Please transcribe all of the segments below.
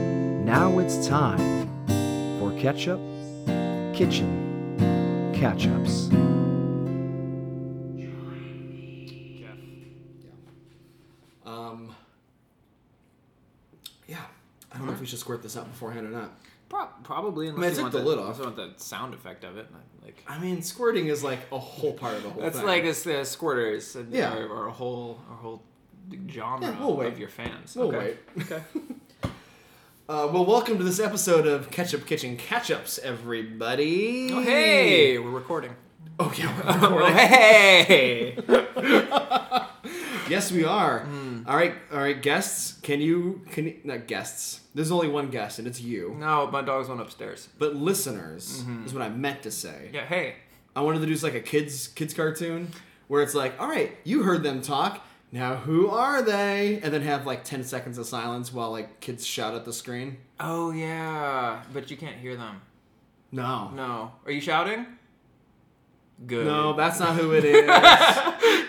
Now it's time for ketchup, kitchen, catch ups. Jeff. Um, yeah, I don't know if we should squirt this out beforehand or not. Pro- probably I mean, I unless took you want the the, lid off. unless you want the sound effect of it. and I- Like I mean, squirting is like a whole part of the whole that's thing. like it's the squirters and Yeah. or, or a whole or a whole genre Yeah, we'll wait. of your fans. We'll okay. wait. Okay. Uh, well, welcome to this episode of Ketchup Kitchen Catch-Ups, everybody. Oh, hey, we're recording. Oh yeah, we're Oh, recording. hey. Yes, we are. Hmm. All right, all right, guests. Can you can you, not guests? There's only one guest, and it's you. no, my dogs went upstairs. But listeners Mm-hmm. is what I meant to say. Yeah. Hey. I wanted to do like a kids kids cartoon where it's like, all right, you heard them talk. Now who are they? And then have like ten seconds of silence while like kids shout at the screen. Oh yeah, but you can't hear them. No, No. Are you shouting? Good. no, that's not who it is.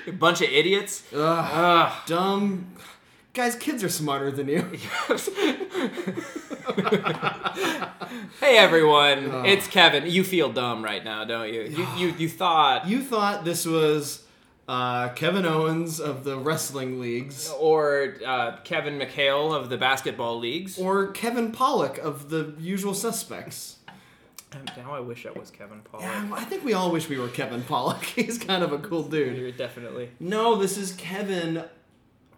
a bunch of idiots. Ugh, Ugh. dumb guys. Kids are smarter than you. hey everyone, Uh. it's Kevin. You feel dumb right now, don't you? You you, you thought You thought this was uh, Kevin Owens of the wrestling leagues or uh, Kevin McHale of the basketball leagues. or Kevin Pollock of the Usual Suspects. now I wish I was Kevin Paul. Yeah, I think we all wish we were Kevin Pollock. He's kind of a cool dude. You're definitely. No, this is Kevin,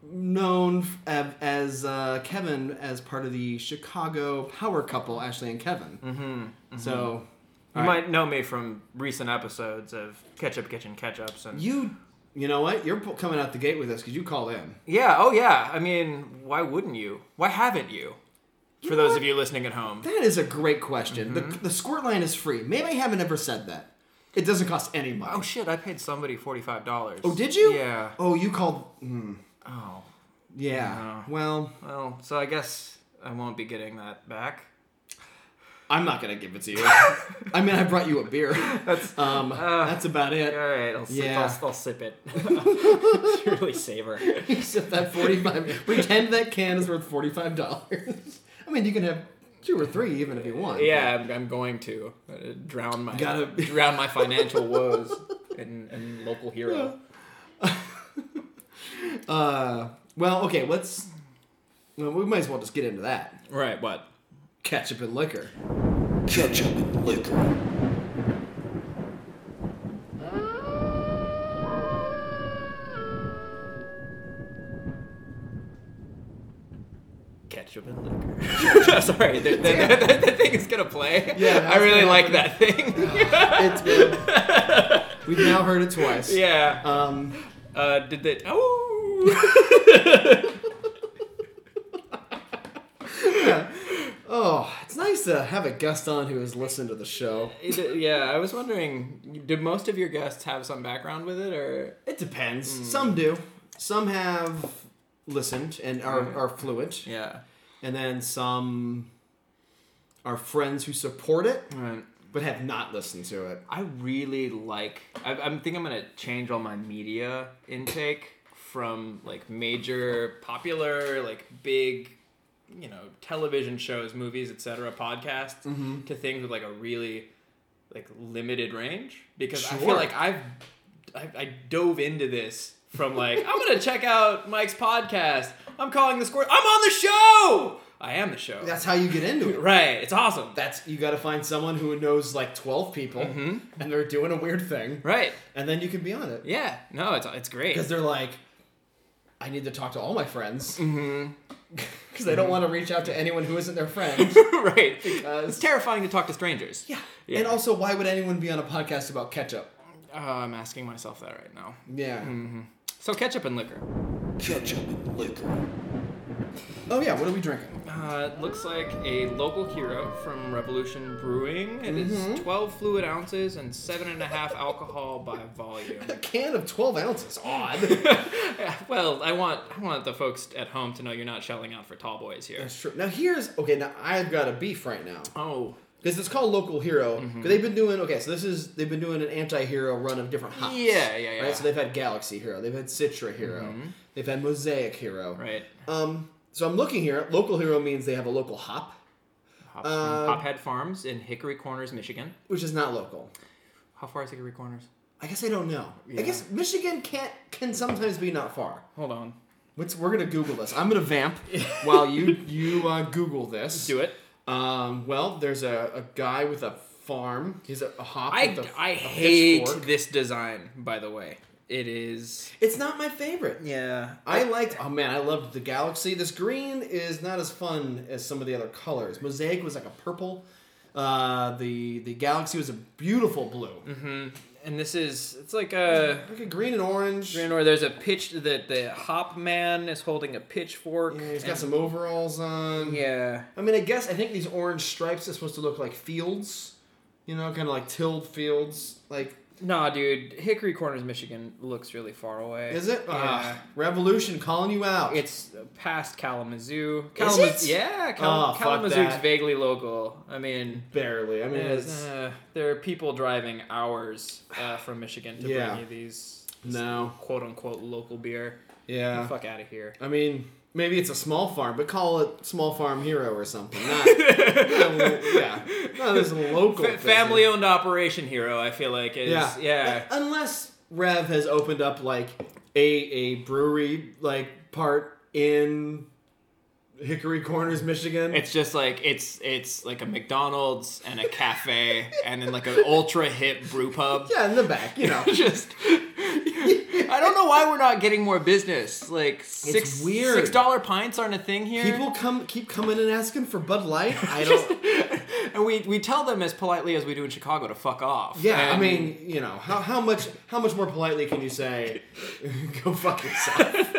known f- ab- as uh, Kevin as part of the Chicago power couple, Ashley and Kevin. Mm-hmm. So, You All right. might know me from recent episodes of Ketchup Kitchen Ketchups and you, you know what? You're pu- coming out the gate with us because you called in. yeah, oh yeah. I mean, why wouldn't you? Why haven't you? For know those what? of you listening at home, That is a great question. The, the squirt line is free. Maybe I haven't ever said that. It doesn't cost any money. oh shit, I paid somebody forty five dollars. Oh, did you? Yeah. Oh, you called. Mm, Oh. yeah. No. Well, Well, so I guess I won't be getting that back. I'm not gonna give it to you. I mean, I brought you a beer. That's um. that's about it. All right, I'll sip, Yeah. I'll, I'll sip it. really savor. Except that forty-five. pretend that can is worth forty-five dollars. I mean, you can have two or three even if you want. Yeah, I'm, I'm going to uh, drown my Gotta- drown my financial woes in, in local hero. Uh, well, okay. Let's. Well, we might as well just get into that. Right, what? Ketchup and liquor. Ketchup and liquor. Ketchup and liquor. Sorry, the, the, the, the, thing is gonna play. Yeah, I really that's- like that thing. It's been. We've now heard it twice. yeah. Um. Uh, did they? Oh. Oh, it's nice to have a guest on who has listened to the show. It- yeah, I was wondering, did most of your guests have some background with it, or It depends. Mm. Some do. Some have listened and Mm-hmm. are, are fluent, yeah, and then some are friends who support it. right. but have not listened to it. I really like. I, I'm think I'm gonna change all my media intake from like major, popular, like big, you know, television shows, movies, etc., podcasts Mm-hmm. to things with like a really like limited range because I feel Sure. like I've I, I dove into this from like I'm gonna check out Mike's podcast. I'm calling the score. I'm on the show. I am the show. That's how you get into it. right. It's awesome. That's you got to find someone who knows like twelve people, and they're doing a weird thing, right. and then you can be on it Yeah. No. It's it's great. because they're like, I need to talk to all my friends because they don't want to reach out to anyone who isn't their friend. right. Because- it's terrifying to talk to strangers. yeah. Yeah. and also why would anyone be on a podcast about ketchup? Uh, I'm asking myself that right now. Yeah. So ketchup and liquor. Ketchup and liquor. Oh yeah, what are we drinking? Uh, it looks like a local hero from Revolution Brewing. It is Mm-hmm. 12 fluid ounces and seven and a half alcohol by volume. A can of twelve ounces. Odd. well, I want I want the folks at home to know you're not shelling out for tall boys here. That's true. Now here's okay. Now I've got a beef right now. Oh. Because it's called Local Hero. Mm-hmm. 'cause they've been doing okay. So this is they've been doing an anti-hero run of different hops. Yeah, yeah, yeah. Right. So they've had Galaxy Hero. They've had Citra Hero. They've had Mosaic Hero. Right. Um. So I'm looking here. Local Hero means they have a local hop. hops Uh, from Hophead Farms in Hickory Corners, Michigan. which is not local. How far is Hickory Corners? I guess I don't know. I Yeah. guess Michigan can't can sometimes be not far. Hold on. Let's, we're gonna Google this. I'm gonna vamp while you you uh, Google this. Do it. Um, well, there's a, a guy with a farm. He's a, a hop. I, with a- I a hate pitchfork. this design, by the way. It is. It's not my favorite. Yeah. I liked. Oh man, I loved the galaxy. This green is not as fun as some of the other colors. Mosaic was like a purple. Uh, the the galaxy was a beautiful blue. Mm-hmm. And this is. It's like a. Like a green and orange. Or there's a pitch that the hop man is holding a pitchfork. Yeah, he's got and- some overalls on. Yeah. I mean, I guess I think these orange stripes are supposed to look like fields. You know, kind of like tilled fields. Like, Nah, dude. Hickory Corners, Michigan looks really far away. is it? Yeah. Ah, Revolution calling you out. It's past Kalamazoo. Is Kalamazoo. it? Yeah, Oh, Kal- fuck Kalamazoo's that. vaguely local. I mean, barely. I mean, it's. uh, there are people driving hours uh, from Michigan to Yeah. bring you these No. quote unquote local beer. Yeah. Fuck out of here. I mean, maybe it's a small farm, but call it Small Farm Hero or something. Not, not- yeah. No, there's a local. Fa- thing. family owned operation hero, I feel like is Yeah. yeah. yeah. Unless Rev has opened up, like, a, a brewery, like, part in Hickory Corners, Michigan. It's just like it's it's like a McDonald's and a cafe and then like an ultra hip brew pub. yeah, in the back, you know. just I don't know why we're not getting more business. Like six weird. six dollar pints aren't a thing here. People come keep coming and asking for Bud Light. I don't. and we, we tell them as politely as we do in Chicago to fuck off. Yeah, I And- mean, you know, how, how much how much more politely can you say, "Go fuck yourself"?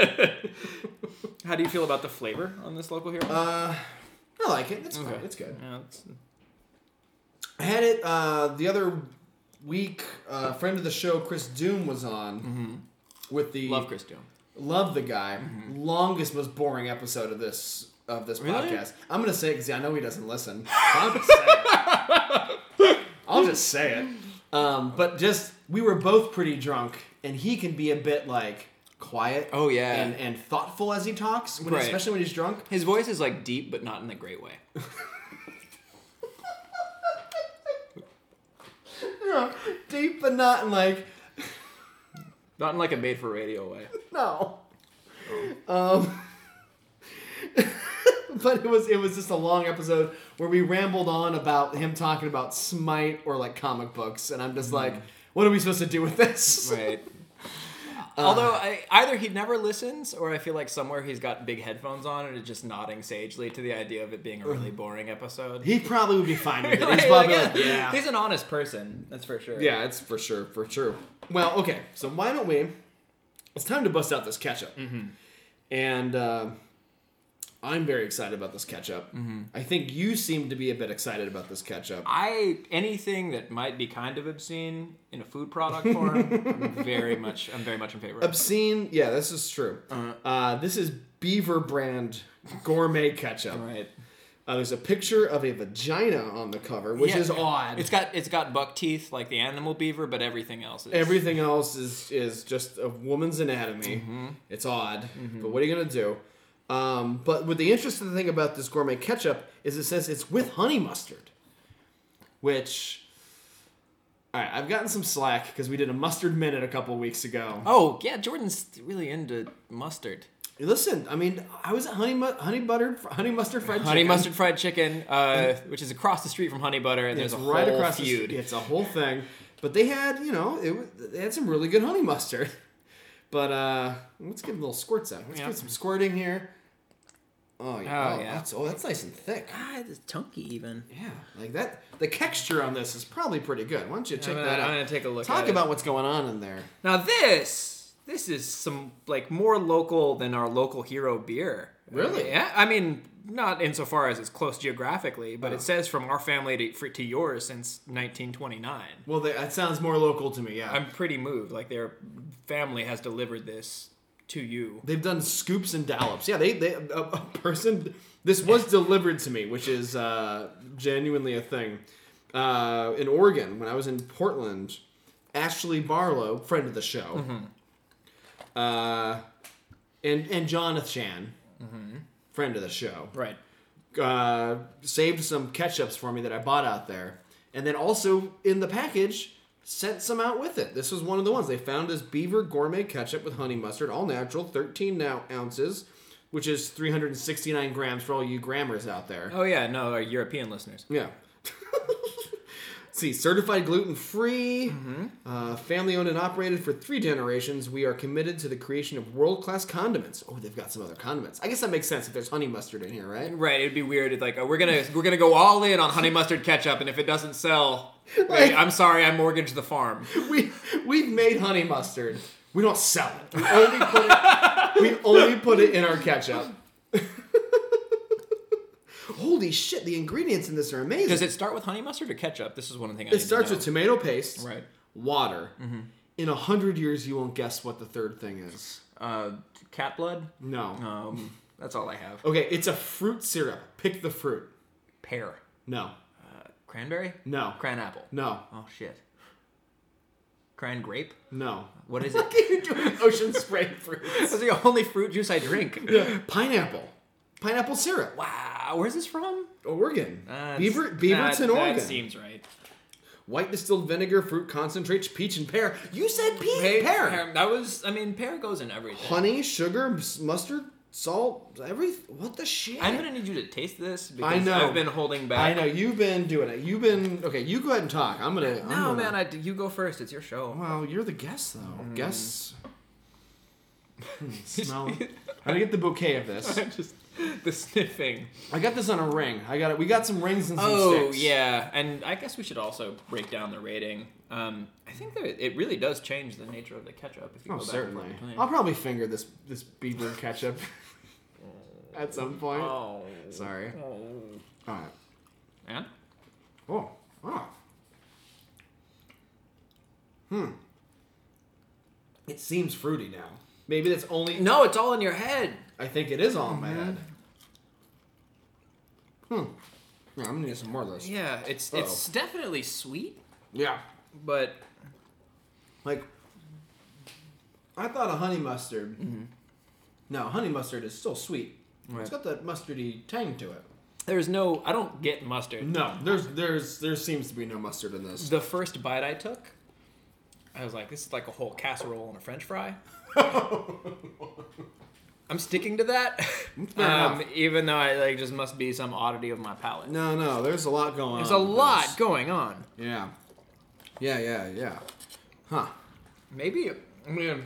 how do you feel about the flavor on this local hero? Uh, I like it. It's fine. Okay. It's good. Yeah, it's- I had it uh, the other week. Uh, friend of the show, Chris Doom, was on with the Mm-hmm. love Chris Doom. Love the guy. Longest, most boring episode of this of this Really? podcast. I'm gonna say it because I know he doesn't listen. I'll just say it. I'll just say it. Um, but just we were both pretty drunk, and he can be a bit like quiet. Oh, yeah. and, and thoughtful as he talks, when, Right. especially when he's drunk. His voice is like deep, but not in a great way. Deep, but not in like Not in like a made for radio way. no. Um, but it was it was just a long episode where we rambled on about him talking about Smite or like comic books, and I'm just like, what are we supposed to do with this? Right. Although I, either he never listens, or I feel like somewhere he's got big headphones on and is just nodding sagely to the idea of it being a really boring episode. He probably would be fine with it. Like, He's probably like, like, yeah, He's an honest person, that's for sure. yeah, it's for sure, for sure. Well, okay, so why don't we? It's time to bust out this ketchup, and uh, I'm very excited about this ketchup. I think you seem to be a bit excited about this ketchup. I anything that might be kind of obscene in a food product form, I'm very much I'm very much in favor. of. Obscene. Yeah, this is true. Uh-huh. uh this is Beaver brand gourmet ketchup. Right. Uh, there's a picture of a vagina on the cover, which Yeah. is odd. It's got it's got buck teeth like the animal beaver, but everything else is Everything else is is just a woman's anatomy. Mm-hmm. It's odd, but what are you gonna do? Um, but what the interesting thing about this gourmet ketchup is it says it's with honey mustard, which. All right, I've gotten some slack because we did a mustard minute a couple weeks ago. Oh yeah, Jordan's really into mustard. Listen, I mean, I was at honey mu- honey buttered honey mustard fried Honey chicken. mustard fried chicken, uh, which is across the street from honey butter, and It's there's a right whole across feud. The, it's a whole thing, but they had you know it, wa- they had some really good honey mustard. But uh, let's give little squirts out. Let's Yeah. get some squirting here. Oh yeah, Oh, oh, yeah. That's, oh that's nice and thick. Ah, it's chunky even. Yeah, like that. The texture on this is probably pretty good. Why don't you check I'm gonna- that out? I'm gonna take a look Talk at it. about what's going on in there. Now this this is some like more local than our local hero beer. Really? Yeah. I mean, not insofar as it's close geographically, Oh. but it says from our family to for, to yours since 1929. Well, they, that sounds more local to me. Yeah, I'm pretty moved. Like their family has delivered this to you. They've done scoops and dollops. Yeah, they they a, a person. This was delivered to me, which is uh, genuinely a thing. Uh, in Oregon, when I was in Portland, Ashley Barlow, friend of the show, uh, and and Jonathan Chan, friend of the show, Right. uh, saved some ketchups for me that I bought out there, and then also in the package sent some out with it. This was one of the ones they found is Beaver Gourmet Ketchup with honey mustard, all natural, thirteen now ounces, which is three hundred and sixty nine grams for all you grammars out there. Oh yeah, no, our European listeners. Yeah. See, certified gluten free, uh, family owned and operated for three generations. We are committed to the creation of world class condiments. Oh, they've got some other condiments. I guess that makes sense if there's honey mustard in here, right? Right, it'd be weird. It's like oh, we're gonna we're gonna go all in on honey mustard ketchup, and if it doesn't sell, Right. I'm sorry, I mortgage the farm. We we've made honey mustard. We don't sell it. We only put it, we only put it in our ketchup. Holy shit! The ingredients in this are amazing. Does it start with honey mustard or ketchup? This is one thing I It starts with tomato paste, Right. Mm-hmm. Water. In a hundred years, you won't guess what the third thing is. uh, cat blood. No. Um, that's all I have. Okay, it's a fruit syrup. Pick the fruit. Pear, No. cranberry, No. cran apple. No. Oh shit. Cran grape. No. What is What it? are you doing? Ocean spray fruits. That's the only fruit juice I drink. Pineapple. Pineapple syrup. Wow, where's this from? Oregon. That's- Beaver, Beaverton, that, Oregon. That seems right. White distilled vinegar, fruit concentrates, peach and pear. You said peach Hey, and pear. That was, I mean, pear goes in everything. Honey, sugar, mus- mustard, salt, every. What the shit? I'm gonna need you to taste this because I know. I've been holding back. I know you've been doing it. You've been okay. You go ahead and talk. I'm gonna. I'm No, gonna- man, Mm. I, you go first. It's your show. Well, you're the guest though. Guess. Hmm, smell. How do I get the bouquet of this? Just the sniffing. I got this on a ring. I got it. We got some rings and some Oh sticks. yeah, and I guess we should also break down the rating. Um, I think that it really does change the nature of the ketchup. If you Oh, go back certainly. and look at I'll probably finger this this beaver ketchup at some it. point. Oh, Sorry. oh. All right. And Oh. Wow. Hmm. It seems fruity now. Maybe that's only. no, it's all in your head. I think it is all in my head. Hmm. Yeah, I'm gonna get some more of this. Yeah, it's Oh. it's definitely sweet, Yeah. but Like, I thought a honey mustard. No, honey mustard is still sweet. It's Right. got that mustardy tang to it. there's no. I don't get mustard. No, there's there's there seems to be no mustard in this. The first bite I took, I was like, this is like a whole casserole and a French fry. I'm sticking to that, fair um, enough. even though I like just must be some oddity of my palate. Um, No, no, there's a lot going There's a on. with lot this. going on. Yeah. Yeah, yeah, yeah. Huh. Maybe, I mean,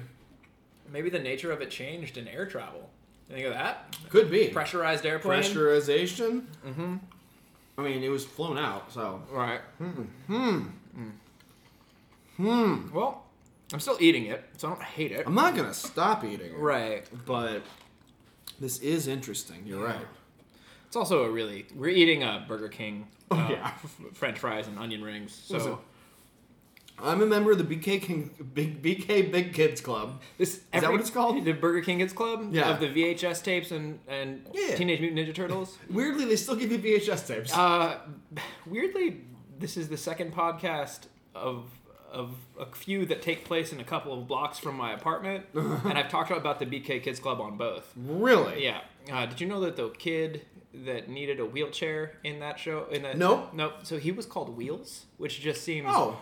maybe the nature of it changed in air travel. You think of that? Could be. Pressurized airplane. Pressurization. Mm-hmm. I mean, it was flown out, so. Right. Hmm. Hmm. Hmm. Well, I'm still eating it, so I don't hate it. I'm not gonna stop eating it. Right. But this is interesting. You're right. It's also a really we're eating a Burger King. Oh, uh, yeah. f- French fries and onion rings. So Listen. I'm a member of the BK King, Big, BK Big Kids Club. this is that what it's called? The Burger King Kids Club. Yeah. Of the VHS tapes and and Yeah. Teenage Mutant Ninja Turtles. Weirdly, they still give you VHS tapes. Uh, weirdly, this is the second podcast of of a few that take place in a couple of blocks from my apartment, and I've talked about the BK Kids Club on both. really? Yeah. Uh, did you know that the kid that needed a wheelchair in that show in that Nope. nope so he was called Wheels, which just seems Oh.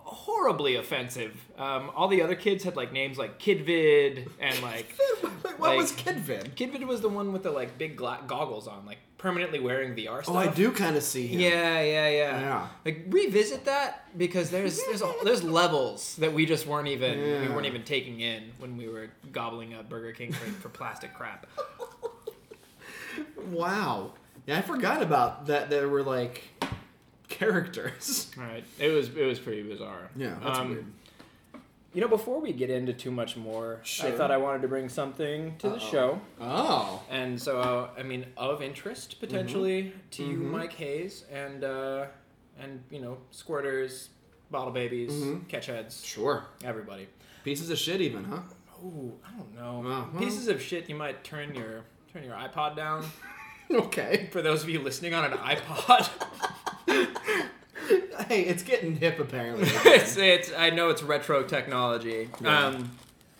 horribly offensive. Um, all the other kids had like names like Kidvid and like Wait, what Like- was Kidvid? Kidvid was the one with the like big gla- goggles on, like permanently wearing VR stuff. Oh, I do kind of see him. Yeah, yeah, yeah. Yeah. Like revisit that because there's there's a, there's levels that we just weren't even we Yeah. weren't even taking in when we were gobbling up Burger King for, for plastic crap. Wow. Yeah, I forgot about that. There were like characters. All right. It was it was pretty bizarre. Yeah, that's Um, weird. You know, before we get into too much more, I Sure. thought I wanted to bring something to the Uh-oh. show. Oh. And so, uh, I mean, of interest potentially to you, Mike Hayes, and uh, and you know, squirters, bottle babies, catch heads, Sure. everybody. Pieces of shit, even, huh? Ooh, I don't know. Wow. Pieces of shit. You might turn your turn your iPod down. Okay. For those of you listening on an iPod, Hey, it's getting hip apparently. it's, it's I know it's retro technology. Um,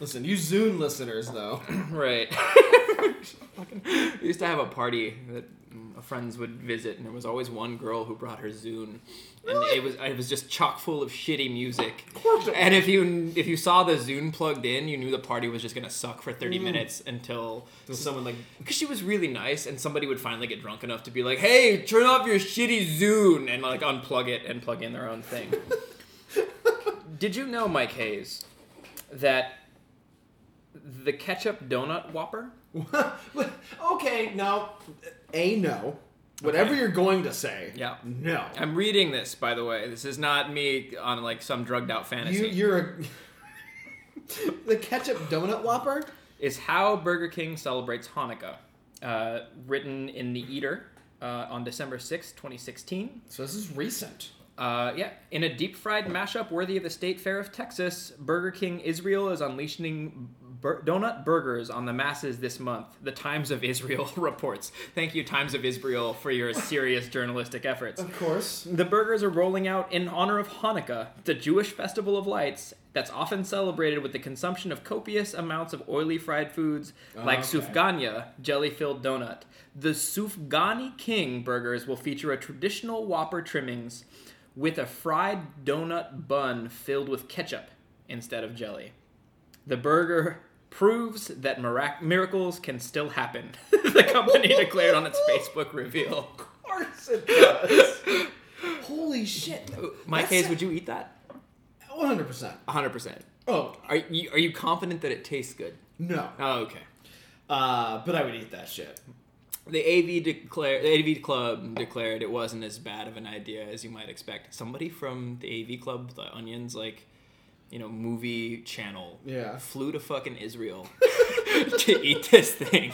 Listen, you Zune listeners though. right. Fucking- we used to have a party that a friends would visit, and there was always one girl who brought her Zune, and it was it was just chock full of shitty music. And if you if you saw the Zune plugged in, you knew the party was just gonna suck for thirty minutes until someone like because she was really nice, and somebody would finally get drunk enough to be like, "Hey, turn off your shitty Zune," and like unplug it and plug in their own thing. Did you know, Mike Hayes, that the ketchup donut whopper? okay, no. A, no. Whatever Okay. you're going to say. Yeah. No. I'm reading this, by the way. This is not me on like some drugged out fantasy. You, you're a. the ketchup donut whopper? It's how Burger King celebrates Hanukkah. Uh, written in the Eater uh, on December sixth, 2016. So this is recent. Uh, yeah, in a deep fried mashup worthy of the State Fair of Texas, Burger King Israel is unleashing bur- donut burgers on the masses this month. The Times of Israel reports. Thank you, Times of Israel, for your serious journalistic efforts. Of course. The burgers are rolling out in honor of Hanukkah, the Jewish festival of lights that's often celebrated with the consumption of copious amounts of oily fried foods like okay. sufgania, jelly-filled donut. The sufgani king burgers will feature a traditional Whopper trimmings with a fried donut bun filled with ketchup instead of jelly. The burger proves that mirac- miracles can still happen. the company declared on its Facebook reveal. Of course it does. Holy shit. Oh, My That's- case, would you eat that? 100%. 100%. Oh, Are you, are you confident that it tastes good? no. Oh, okay. Uh, but I would eat that shit. The AV declare the AV Club declared it wasn't as bad of an idea as you might expect. Somebody from the AV Club, the Onions, like, you know, movie channel, Yeah. flew to fucking Israel to eat this thing.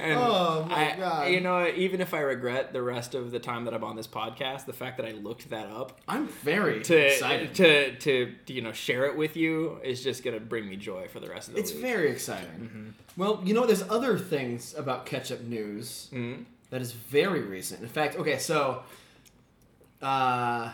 And Oh, my I- God. You know, even if I regret the rest of the time that I'm on this podcast, the fact that I looked that up I'm very to excited. to to you know share it with you is just gonna bring me joy for the rest of the It's week. very exciting. Mm-hmm. Well, you know, there's other things about ketchup news Mm-hmm. that is very recent. In fact, okay, so uh,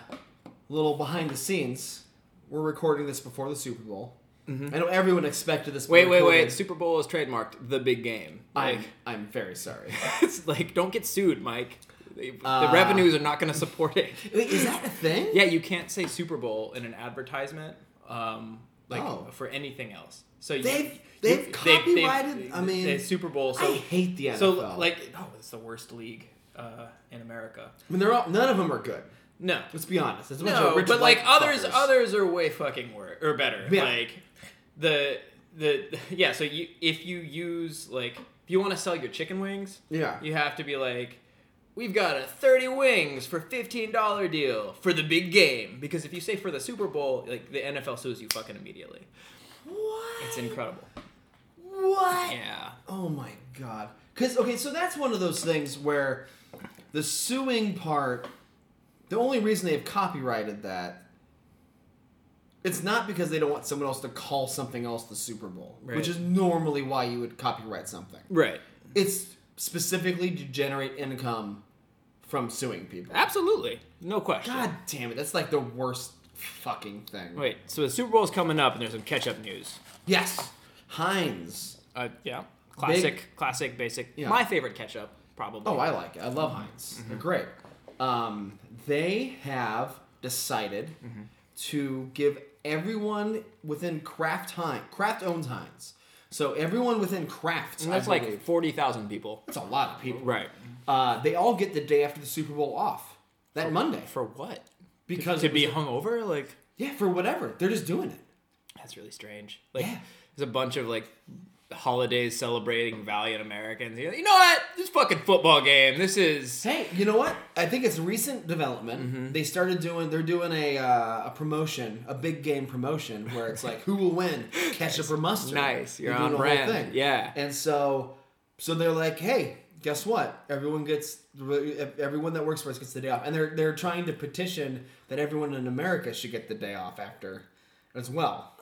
little behind the scenes, we're recording this before the Super Bowl. I know everyone expected this. to be Mm-hmm. Wait, wait, recorded. wait! Super Bowl is trademarked the big game. I'm, Like, I'm very sorry. it's like don't get sued, Mike. The, the Uh. revenues are not gonna support it. Wait, is that a thing? yeah, you can't say Super Bowl in an advertisement, um, like Oh. for anything else. So you, They've- you- they've copyrighted- I mean, they- Super Bowl. So I hate the NFL. so like no, it's the worst league uh, in America. I mean, they're all none of them are good. No, Let's be honest. It's a bunch of No, rich but like white others, fuckers. others are way fucking worse or better. Yeah. Like the the yeah. So you if you use like if you want to sell your chicken wings, Yeah. you have to be like, we've got a thirty wings for fifteen dollar deal for the big game. Because if you say for the Super Bowl, like the NFL sues you fucking immediately. What? It's incredible. What? Yeah. Oh my god. Cause okay, so that's one of those things where the suing part the only reason they've copyrighted that it's not because they don't want someone else to call something else the Super Bowl, Right. which is normally why you would copyright something. Right. It's specifically to generate income from suing people. Absolutely. No question. God damn it, that's like the worst fucking thing. Wait. So the Super Bowl's coming up, and there's some catch up news. Yes. Heinz. Uh, yeah. Classic, Big- classic, basic. Yeah. My favorite ketchup, probably. Oh, I like it. I love Heinz. They're Mm-hmm. great. Um, they have decided Mm-hmm. to give everyone within Kraft Heinz, Kraft owns Heinz, so everyone within Kraft, And that's I like believe- forty thousand people. that's a lot of people. Right. Uh, they all get the day after the Super Bowl off that Monday For what? because to it was- be hungover, like yeah for whatever they're just doing it. that's really strange. Like Yeah. there's a bunch of like holidays celebrating valiant Americans. You're like, you know what? This fucking football game. This is Hey, you know what? I think it's a recent development. Mm-hmm. They started doing. They're doing a uh, a promotion, a big game promotion, where it's like who will win, ketchup or mustard. Nice. You're They're doing on a whole brand. thing. Yeah. And so, so they're like, hey, guess what? Everyone gets everyone that works for us gets the day off, and they're they're trying to petition that everyone in America should get the day off after, as well.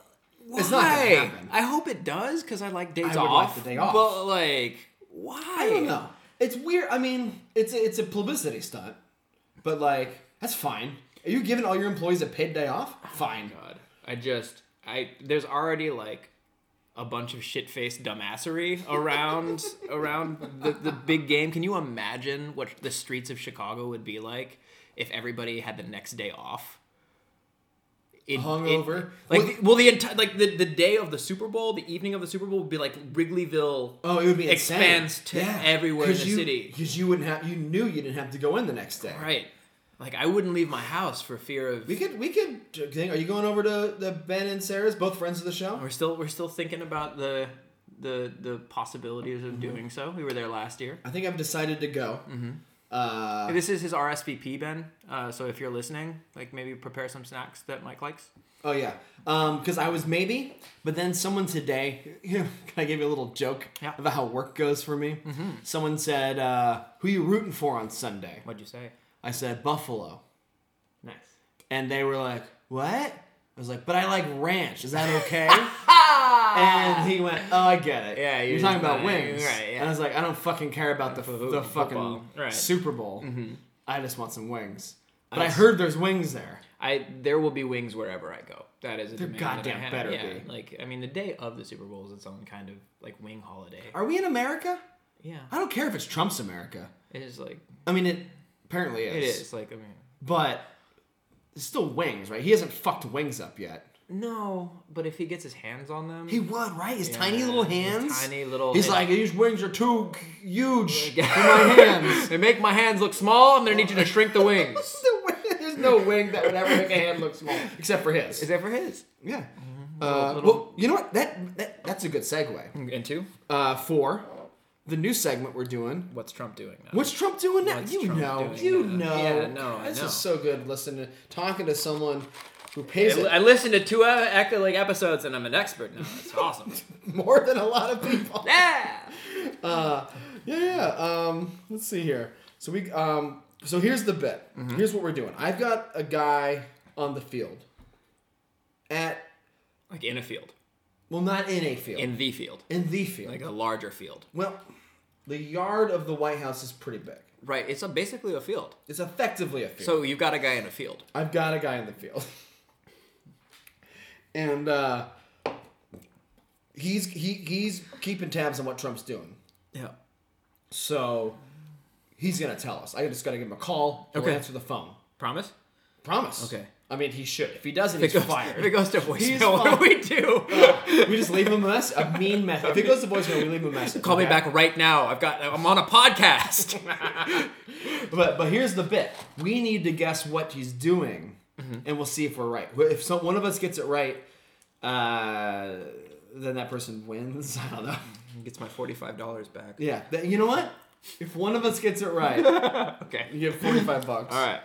It's not Why? gonna happen. I hope it does because I like days I would like off. the day off. But like, why? I don't know. It's weird. I mean, it's a, it's a publicity stunt, but like that's fine. Are you giving all Oh your employees a paid day off? Fine. God, I just I there's already like a bunch of shit faced dumbassery around around the, the big game. Can you imagine what the streets of Chicago would be like if everybody had the next day off? It, Hungover? it- like well, the entire like the, the day of the Super Bowl, the evening of the Super Bowl would be like Wrigleyville. Oh, it would be insane. expands to everywhere in 'Cause the you, city. because you wouldn't have you knew you didn't have to go in the next day. Right. Like I wouldn't leave my house for fear of. We could we could. do you think- Are you going over to the Ben and Sarah's, both friends of the show? We're still we're still thinking about the the the possibilities of doing so. We were there last year. I think I've decided to go. Mm-hmm. Uh, This is his RSVP, Ben. Uh, so if you're listening, like maybe prepare some snacks that Mike likes. oh yeah, because I was maybe, but then someone today. Can I give you a little joke Yeah. Mm-hmm. about how work goes for me? Someone said, uh, "Who you rooting for on Sunday?" What'd you say? I said Buffalo, Nice. and they were like, "What?" I was like, "But I like ranch. Is that okay?" and he went, "Oh, I get it. Yeah, you're, you're talking just about not- wings." right, yeah. And I was like, "I don't fucking care about the the football. fucking Right. Mm-hmm. Super Bowl. I just want some wings." But I heard there's wings there. I there will be wings wherever I go. That is a There demand that I goddamn have. better yeah, be. Like I mean, the day of the Super Bowl is its own kind of like wing holiday. Are we in America? Yeah, I don't care if it's Trump's America. it is like I mean, it apparently it is. is like I mean. But it's still wings, right? He hasn't fucked wings up yet. No, but if he gets his hands on them, He would, right? His tiny Yeah, little his hands. tiny little He's hand- like, these wings are too huge for my hands. They make my hands look small. I'm gonna need you to shrink the wings. There's no wing that would ever make a hand look small, except for his. Is that for his? yeah. Uh, Little- Hmm. Well, you know what? That, that that's a good segue And two, uh, for the new segment we're doing. what's Trump doing now? What's Trump doing now? What's you Trump know, doing you now? know. Yeah, no, I This know. is so good. Listening, to, talking to someone who pays I, it I listened to two uh, act- like episodes and I'm an expert now. It's awesome. more than a lot of people. yeah. Uh, yeah, yeah. Um, let's see here. So we um, so here's the bit. Mm-hmm. Here's what we're doing. I've got a guy on the field at Like in a field, well, not in a field. in the field, in the field. like a larger field. Well, the yard of the White House is pretty big. Right. It's a, basically a field. It's effectively a field. So you've got a guy in a field. I've got a guy in the field, and uh, he's he, he's keeping tabs on what Trump's doing. Yeah. So he's gonna tell us. I just gotta give him a call. and we'll Okay. answer the phone. Promise. Promise. Okay. I mean, he should. If he doesn't, If he's it goes, if it fired. goes to He's voicemail, what do we do? we just leave him a mess. A mean message. If it goes to voicemail, we leave him a message. Call me okay? back right now. I've got. I'm on a podcast. But but here's the bit: we need to guess what he's doing, Mm-hmm. and we'll see if we're right. Well, If some, one of us gets it right, uh, then that person wins. I don't know. Gets my forty-five dollars back. Yeah, th- you know what? If one of us gets it right, Okay. you get forty five bucks. All right.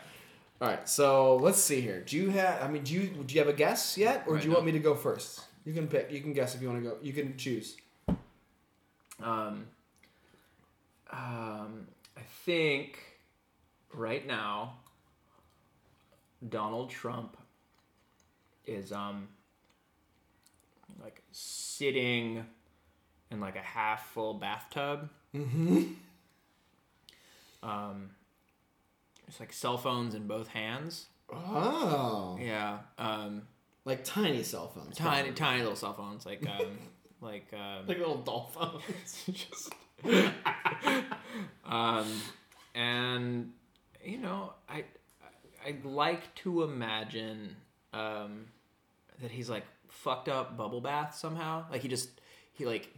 all right. So let's see here. Do you have? I mean, do you do you have a guess yet, or Right do you now. want me to go first? You can pick. You can guess if you want to go. You can choose. Um, um, I think right now Donald Trump is um like sitting in like a half full bathtub. Mm-hmm. Um, it's like cell phones in both hands. Oh, Yeah. Um, like tiny cell phones. tiny, tiny little cell phones, like um, like um, like little doll phones. Just Um, and you know, I I- I'd like to imagine um, that he's like fucked up bubble bath somehow. Like he just he like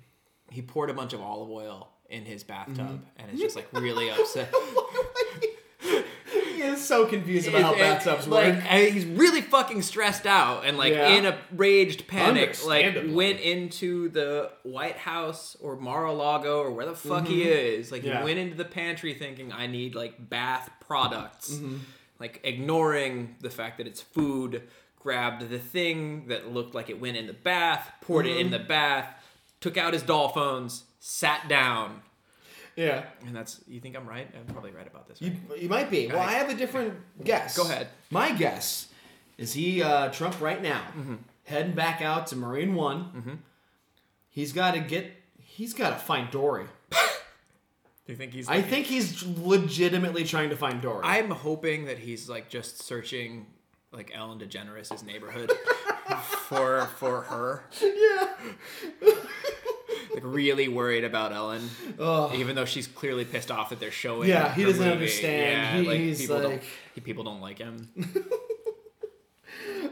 he poured a bunch of olive oil in his bathtub and is just like really upset. he is so confused about how And- and, bathtubs work. like, and he's really fucking stressed out and like Yeah. in a raged panic, like Understandably. went into the White House or Mar-a-Lago or where the fuck he is. Like Mm-hmm. Yeah. he went into the pantry thinking I need like bath products, Mm-hmm. like ignoring the fact that it's food. Grabbed the thing that looked like it went in the bath, poured it in Mm-hmm. the bath, took out his doll phones, sat down, Yeah, and that's. You think I'm right? I'm probably right about this. you, Right? you might be. Well, I have a different guess. Go ahead. My guess is he uh, Trump right now Mm-hmm. heading back out to Marine One. He's got to get. He's got to find Dory. Do you think he's? I think he's legitimately trying to find Dory. I'm hoping that he's like just searching like Ellen DeGeneres' neighborhood. for for her. yeah. Like really worried about Ellen, Ugh. even though she's clearly pissed off that they're showing. Yeah, he her doesn't movie. understand. Yeah, He- like he's people like- don't he- people don't like him.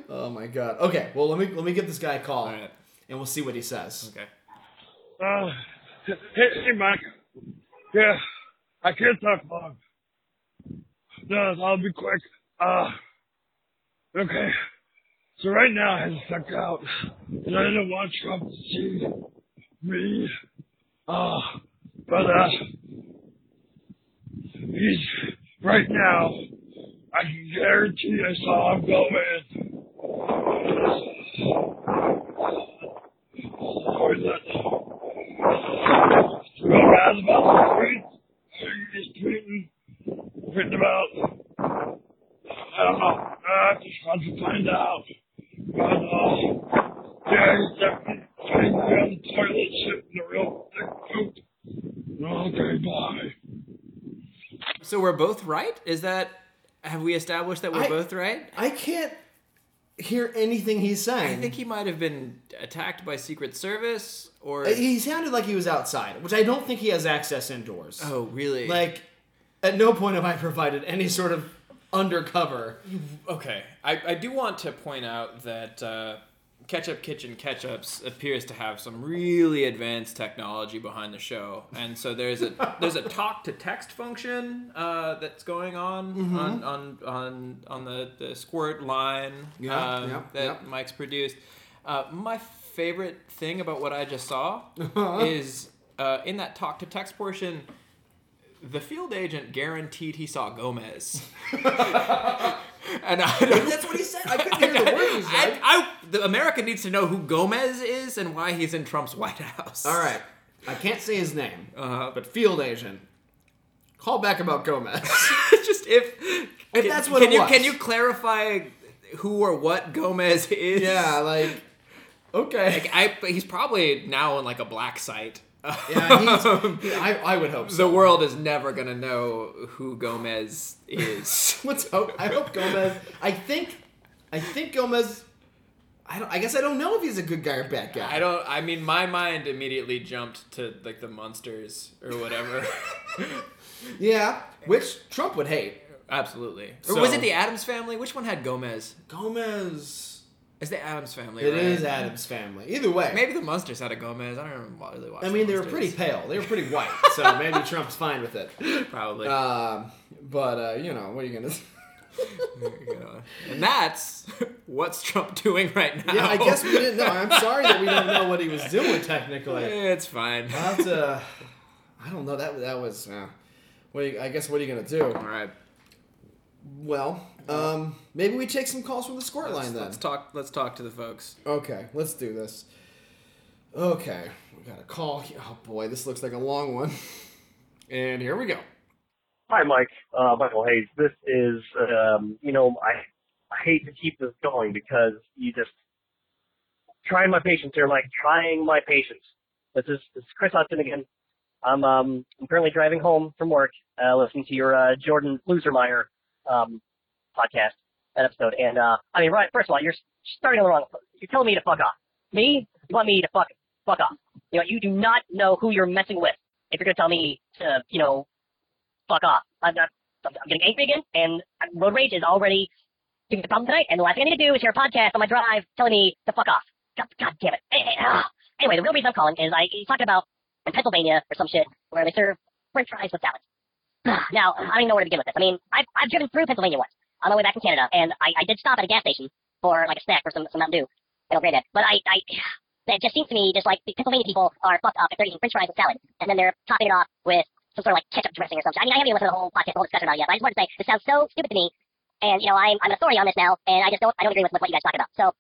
Oh my god. Okay. Well, let me let me give this guy a call, All right. and we'll see what he says. Okay. Uh, hey, hey, Mike. Yeah, I can't talk long. No, I'll be quick. Uh, okay. So right now I stuck out, and I didn't want Trump to see me. Uh, but uh, he's right now. I can guarantee I saw him going. Poison to go around about the streets. He's tweeting, tweeting about, I don't know, uh, just want to find out. But, uh, yeah, he's definitely sitting there on the toilet, shitting a real thick poop. Okay, bye. So we're both right. Is that have we established that we're I- both right? I can't hear anything he's saying. I think he might have been attacked by Secret Service or Uh, He sounded like he was outside, which I don't think he has access indoors. oh really Like, at no point have I provided any sort of undercover. Okay, I, I do want to point out that uh, Ketchup Kitchen Ketchups appears to have some really advanced technology behind the show, and so there's a there's a talk to text function uh, that's going on Mm-hmm. on on on on the, the squirt line Yeah, um, yeah, that yeah. Mike's produced. Uh, my favorite thing about what I just saw Uh-huh. is uh, in that talk to text portion. The field agent guaranteed he saw Gomez, and I don't, That's what he said. I couldn't hear the words he I, said. I, the America needs to know who Gomez is and why he's in Trump's White House. All right. I can't say his name, Uh, but but field agent. Call back about Gomez. just if If can- that's what can it you was. can you clarify who or what Gomez is? yeah, like, okay. like I. But he's probably now on like a black site. Yeah, he's, he- I, I would hope so. the world is never gonna know who Gomez is. Let's hope. I hope Gomez. I think. I think Gomez. I don't. I guess I don't know if he's a good guy or bad guy. I don't. I mean, my mind immediately jumped to like the Munsters or whatever. Yeah, which Trump would hate. Absolutely. So- Or was it the Adams family? Which one had Gomez? Gomez. It's the Adams family. It right? is Adam's family. Either way, Maybe the Munsters had a Gomez. I don't know. Really watch I the mean they were pretty Munsters. pale. They were pretty white, so maybe Trump's fine with it. Probably. Um, but uh, you know what are you gonna? You know. And that's what's Trump doing right now. yeah, I guess we didn't know. I'm sorry that we don't know what he was doing technically. It's fine. But uh, I don't know. That that was. Uh, what are you, I guess what are you gonna do? All right. Well, um, maybe we take some calls from the score line Let's, then. let's talk. Let's talk to the folks. Okay, let's do this. Okay, we got a call. Here. Oh boy, this looks like a long one. And here we go. Hi, Mike. Uh, Michael Hayes. This is, um, you know, I, I hate to keep this going because you just trying my patience here, Mike. Trying my patience. This is this is Chris Hudson again. I'm um I'm currently driving home from work, uh, listening to your uh, Jordan Losermeyer um, podcast that episode. And uh, I mean, right, first of all, you're starting on the wrong. You're telling me to fuck off. Me? You want me to fuck fuck off? You know, you do not know who you're messing with if you're gonna tell me to, you know, fuck off. I'm not. I'm I'm getting angry again, and road rage is already giving me the problem tonight. And the last thing I need to do is hear a podcast on my drive telling me to fuck off. God, God damn it. Eh, eh, ah. Anyway, the real reason I'm calling is I you talked about in Pennsylvania or some shit where they serve French fries with salad. now I don't even know where to begin with this. I mean, I've I've driven through Pennsylvania once on my way back from Canada, and I, I did stop at a gas station for like a snack for some some Mountain Dew. I don't grade that, but I I. That just seems to me just like the Pennsylvania people are fucked up if they're eating French fries and salad, and then they're topping it off with some sort of like ketchup dressing or something. I mean, I haven't even listened to the whole podcast, the whole discussion about it yet, but I just wanted to say this sounds so stupid to me. And you know, I'm I'm an authority on this now, and I just don't I don't agree with, with what you guys talk about. So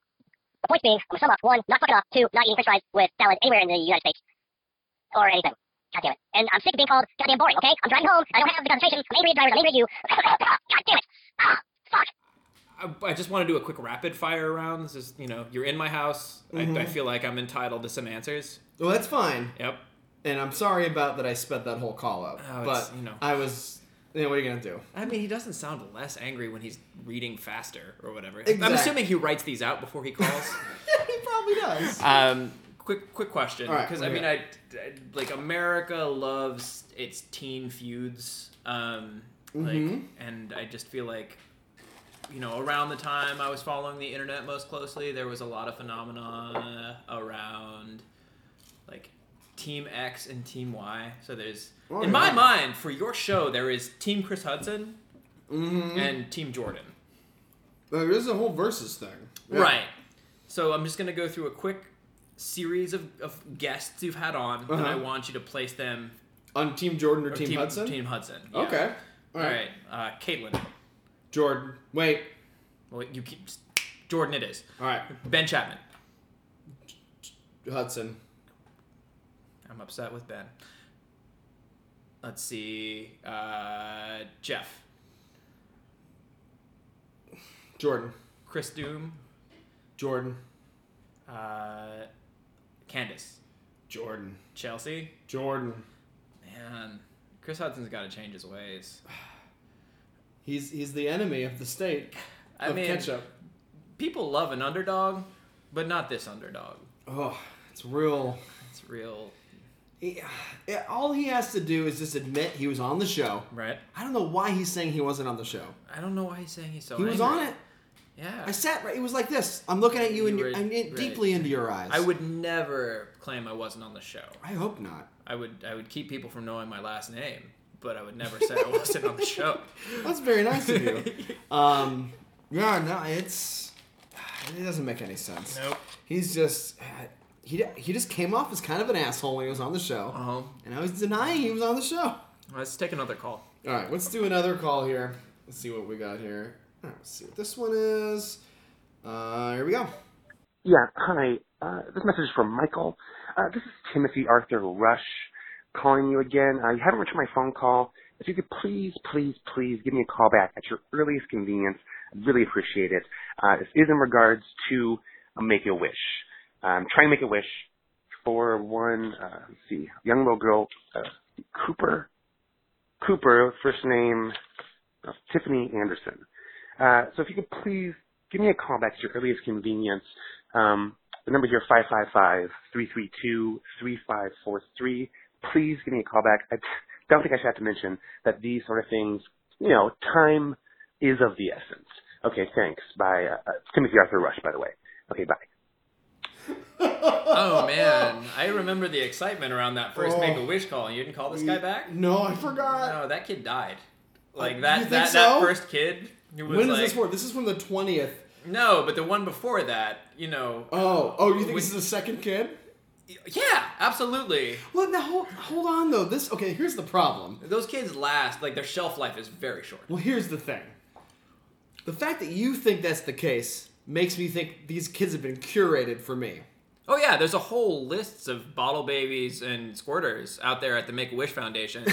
the point being, I'm gonna sum up one, not fucking up, two, not eating French fries with salad anywhere in the United States or anything. God damn it. And I'm sick of being called goddamn boring. Okay, I'm driving home. I don't have the concentration. I'm angry at drivers. I'm angry at you. God damn it. Ah, fuck. I, I just want to do a quick rapid fire round. This is, you know, you're in my house. I, I feel like I'm entitled to some answers. Well, that's fine. Yep. And I'm sorry about that I sped that whole call up. Oh, but it's- you know. I was Yeah, what are you gonna do? I mean, he doesn't sound less angry when he's reading faster or whatever. I'm Exact- assuming he writes these out before he calls. he probably does. um, quick, quick question, All right, because what I do you mean, I, I- like America loves its teen feuds, um, like, Mhm. and I just feel like, you know, around the time I was following the internet most closely, there was a lot of phenomena around, like, Team X and Team Y. So there's, Oh, in my yeah. mind, for your show, there is Team Chris Hudson Mhm. and Team Jordan. There is a whole versus thing. Yeah. Right. So I'm just going to go through a quick series of, of guests you've had on, and Uh-huh. I want you to place them. On Team Jordan or, or Team, Hudson? Team Hudson. yeah. Okay. All All right. Uh, Caitlin. Jordan. Wait. Well, you keep. Jordan, it is. All right. Ben Chapman. Hudson. I'm upset with Ben. Let's see. Uh, Jeff. Jordan. Chris Doom. Jordan. Uh, Candace. Jordan. Chelsea. Jordan. Man. Chris Hudson's got to change his ways. He's he's the enemy of the state I of mean, ketchup. people love an underdog, but not this underdog. Oh, it's real. It's real, He, yeah, all he has to do is just admit he was on the show. right? I don't know why he's saying he wasn't on the show. I don't know why he's saying he's so. He was angry. on it. Yeah. I sat right. It was like this. I'm looking at you, and You you're, were- I'm in, right. deeply into your eyes. I would never claim I wasn't on the show. I hope not. I would. I would keep people from knowing my last name, but I would never say I wasn't on the show. That's very nice of you. Um, yeah, no, it's it doesn't make any sense. Nope. He's just he he just came off as kind of an asshole when he was on the show, Uh huh. and I was denying he was on the show. Let's take another call. All right, let's do another call here. Let's see what we got here. All right, let's see what this one is. Uh, here we go. Yeah, hi. Uh, this message is from Michael. Uh, this is Timothy Arthur Rush calling you again. Uh, you haven't returned my phone call. If you could please, please, please give me a call back at your earliest convenience, I'd really appreciate it. Uh, this is in regards to a Make a Wish. I'm trying to make a wish for one, uh, let's see, young little girl, uh, Cooper. Cooper, first name uh, Tiffany Anderson. Uh, so if you could please give me a call back at your earliest convenience. Um, the number here, 555-332-3543. Please give me a call back. I don't think I should have to mention that these sort of things, you know, time is of the essence. Okay, thanks. By uh, uh, Timothy Arthur Rush, by the way. Okay, bye. Oh man, I remember the excitement around that first Oh. Make a Wish call. You didn't call this guy back? No, I forgot. No, that kid died. Uh, you Like that. think That, so? that first kid. Who was When is like, this for? This is from the twentieth. No, but the one before that, you know. Oh, oh, you think When- this is the second kid? Yeah, absolutely. Well, now hold, hold on though. This okay. Here's the problem. Those kids last, like their shelf life is very short. Well, here's the thing. The fact that you think that's the case makes me think these kids have been curated for me. Oh yeah, there's a whole list of bottle babies and squirters out there at the Make a Wish Foundation,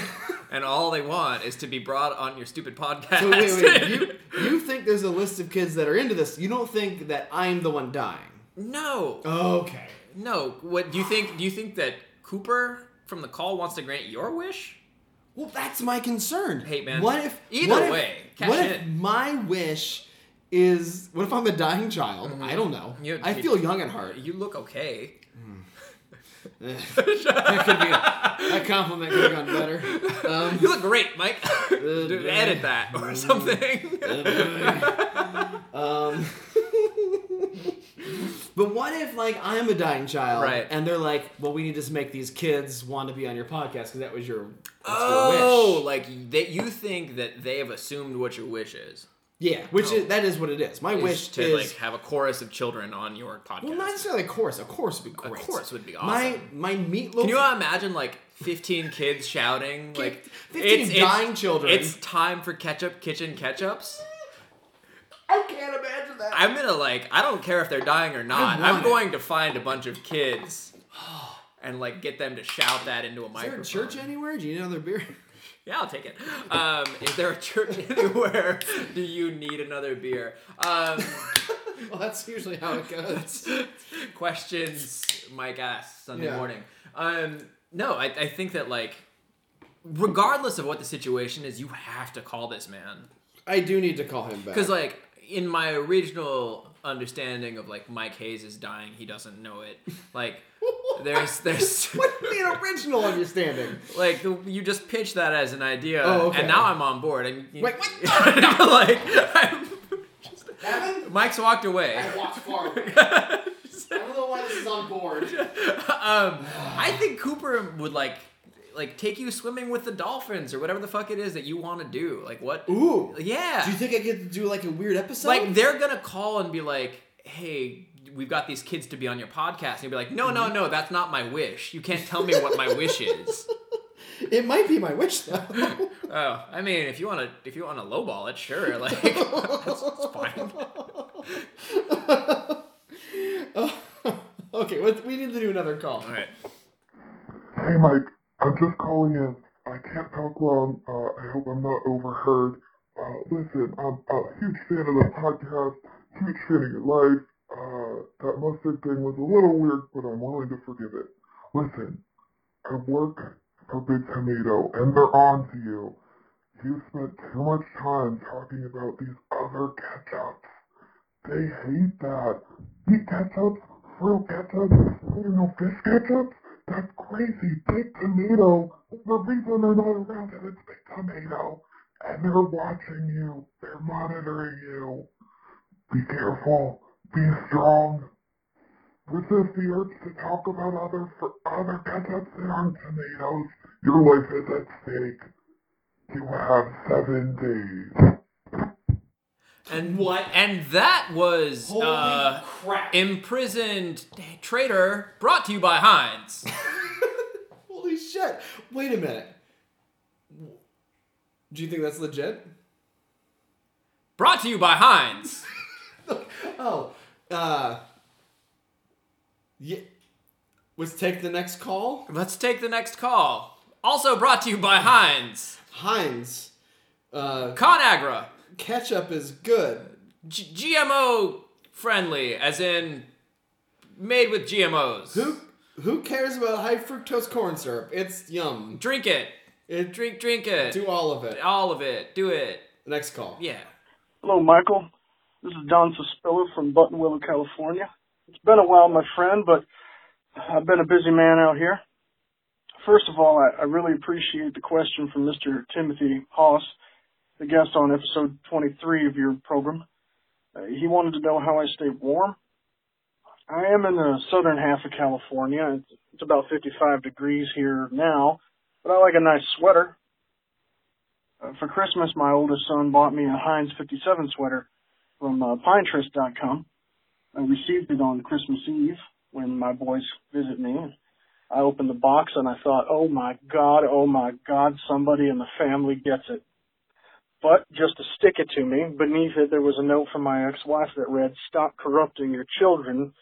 and all they want is to be brought on your stupid podcast. So wait, wait, you, you think there's a list of kids that are into this. You don't think that I'm the one dying. no, Okay. no. What do you think? Do you think that Cooper from the call wants to grant your wish? Well, that's my concern. Hey, man. What if Either what if- way, cash what if in. my wish is what if I'm a dying child? I don't know. Mm-hmm. You- I you- feel young at heart. You look okay. Hmm. that could be that compliment could have gone better. Um, uh, You look great, Mike. Dude, boy. edit that Mm. or something. Uh, Um, but what if like I'm a dying child, Right. And they're like, "Well, we need to make these kids want to be on your podcast because that was your that's your Oh, wish." like that you think that they have assumed what your wish is. yeah, which Oh. is that is what it is. My is wish to is like have a chorus of children on your podcast. well, not necessarily a chorus. A chorus would be great. chorus would be awesome. My my meatloaf. Can you imagine like 15 kids shouting like 15 dying children. It's time for ketchup kitchen ketchups. I can't imagine that. I'm gonna like I don't care if they're dying or not. I want I'm it. going to find a bunch of kids and like get them to shout that into a is there microphone. a church anywhere? Do you need another beer? Yeah, I'll take it. Um, is there a church anywhere? Do you need another beer? Um, well, that's usually how it goes. questions Mike asks Sunday Yeah. morning. Um, no, I, I think that like regardless of what the situation is, you have to call this man. I do need to call him back. Because like in my original understanding of like Mike Hayes is dying, he doesn't know it. Like there's there's what do you mean original understanding? like the- you just pitched that as an idea, Oh, okay. and now I'm on board. And you, Wait, what? like I'm just, Evan, Mike's walked away. walked far. I don't know why this is on board. um, I think Cooper would like like take you swimming with the dolphins or whatever the fuck it is that you want to do. Like what? Ooh. Yeah. Do you think I get to do like a weird episode? like they're gonna call and be like, "Hey, we've got these kids to be on your podcast," and you'll be like, "No, no, Mm-hmm. no, that's not my wish. You can't tell me what my wish is." it might be my wish though. Oh, I mean, if you wanna, if you wanna lowball it, sure, like that's, that's fine. okay, what, we need to do another call. All right. Hey, Mike. I'm just calling in. I can't talk long. Uh, I hope I'm not overheard. Uh, listen, I'm a huge fan of the podcast, huge fan of your life. Uh, that mustard thing was a little weird, but I'm willing to forgive it. Listen, I work for Big Tomato, and they're on to you. You spent too much time talking about these other ketchups. They hate that. Meat ketchup, real ketchup, I don't know, fish ketchup? That's crazy. Big tomato. The reason they're not around is it's big tomato. And they're watching you. They're monitoring you. Be careful. Be strong. Resist the urge to talk about other for other ketchups that aren't tomatoes. Your life is at stake. You have seven days. And what? And that was uh, crap. imprisoned traitor brought to you by Heinz. Holy shit. Wait a minute. Do you think that's legit? brought to you by Heinz. Oh, uh, yeah. Let's take the next call. Let's take the next call. Also brought to you by Heinz. Heinz, uh, ConAgra. ketchup is good. G- GMO friendly, as in made with GMOs. Who who cares about high fructose corn syrup? It's yum. Drink it. It, Drink, drink it. do all of it. all of it. Do it. Next call. Yeah. Hello, Michael. This is Don Sospilla from Button Willow, California. It's been a while, my friend, but I've been a busy man out here. First of all, I, I really appreciate the question from Mr. Timothy Haas, the guest on episode 23 of your program. Uh, he wanted to know how I stay warm. I am in the southern half of California. It's, it's about 55 degrees here now, but I like a nice sweater. Uh, for Christmas, my oldest son bought me a Heinz 57 sweater from uh, Pinterest.com. I received it on Christmas Eve when my boys visit me. I opened the box and I thought, oh my God, oh my God, somebody in the family gets it. But just to stick it to me, beneath it there was a note from my ex-wife that read, stop corrupting your children.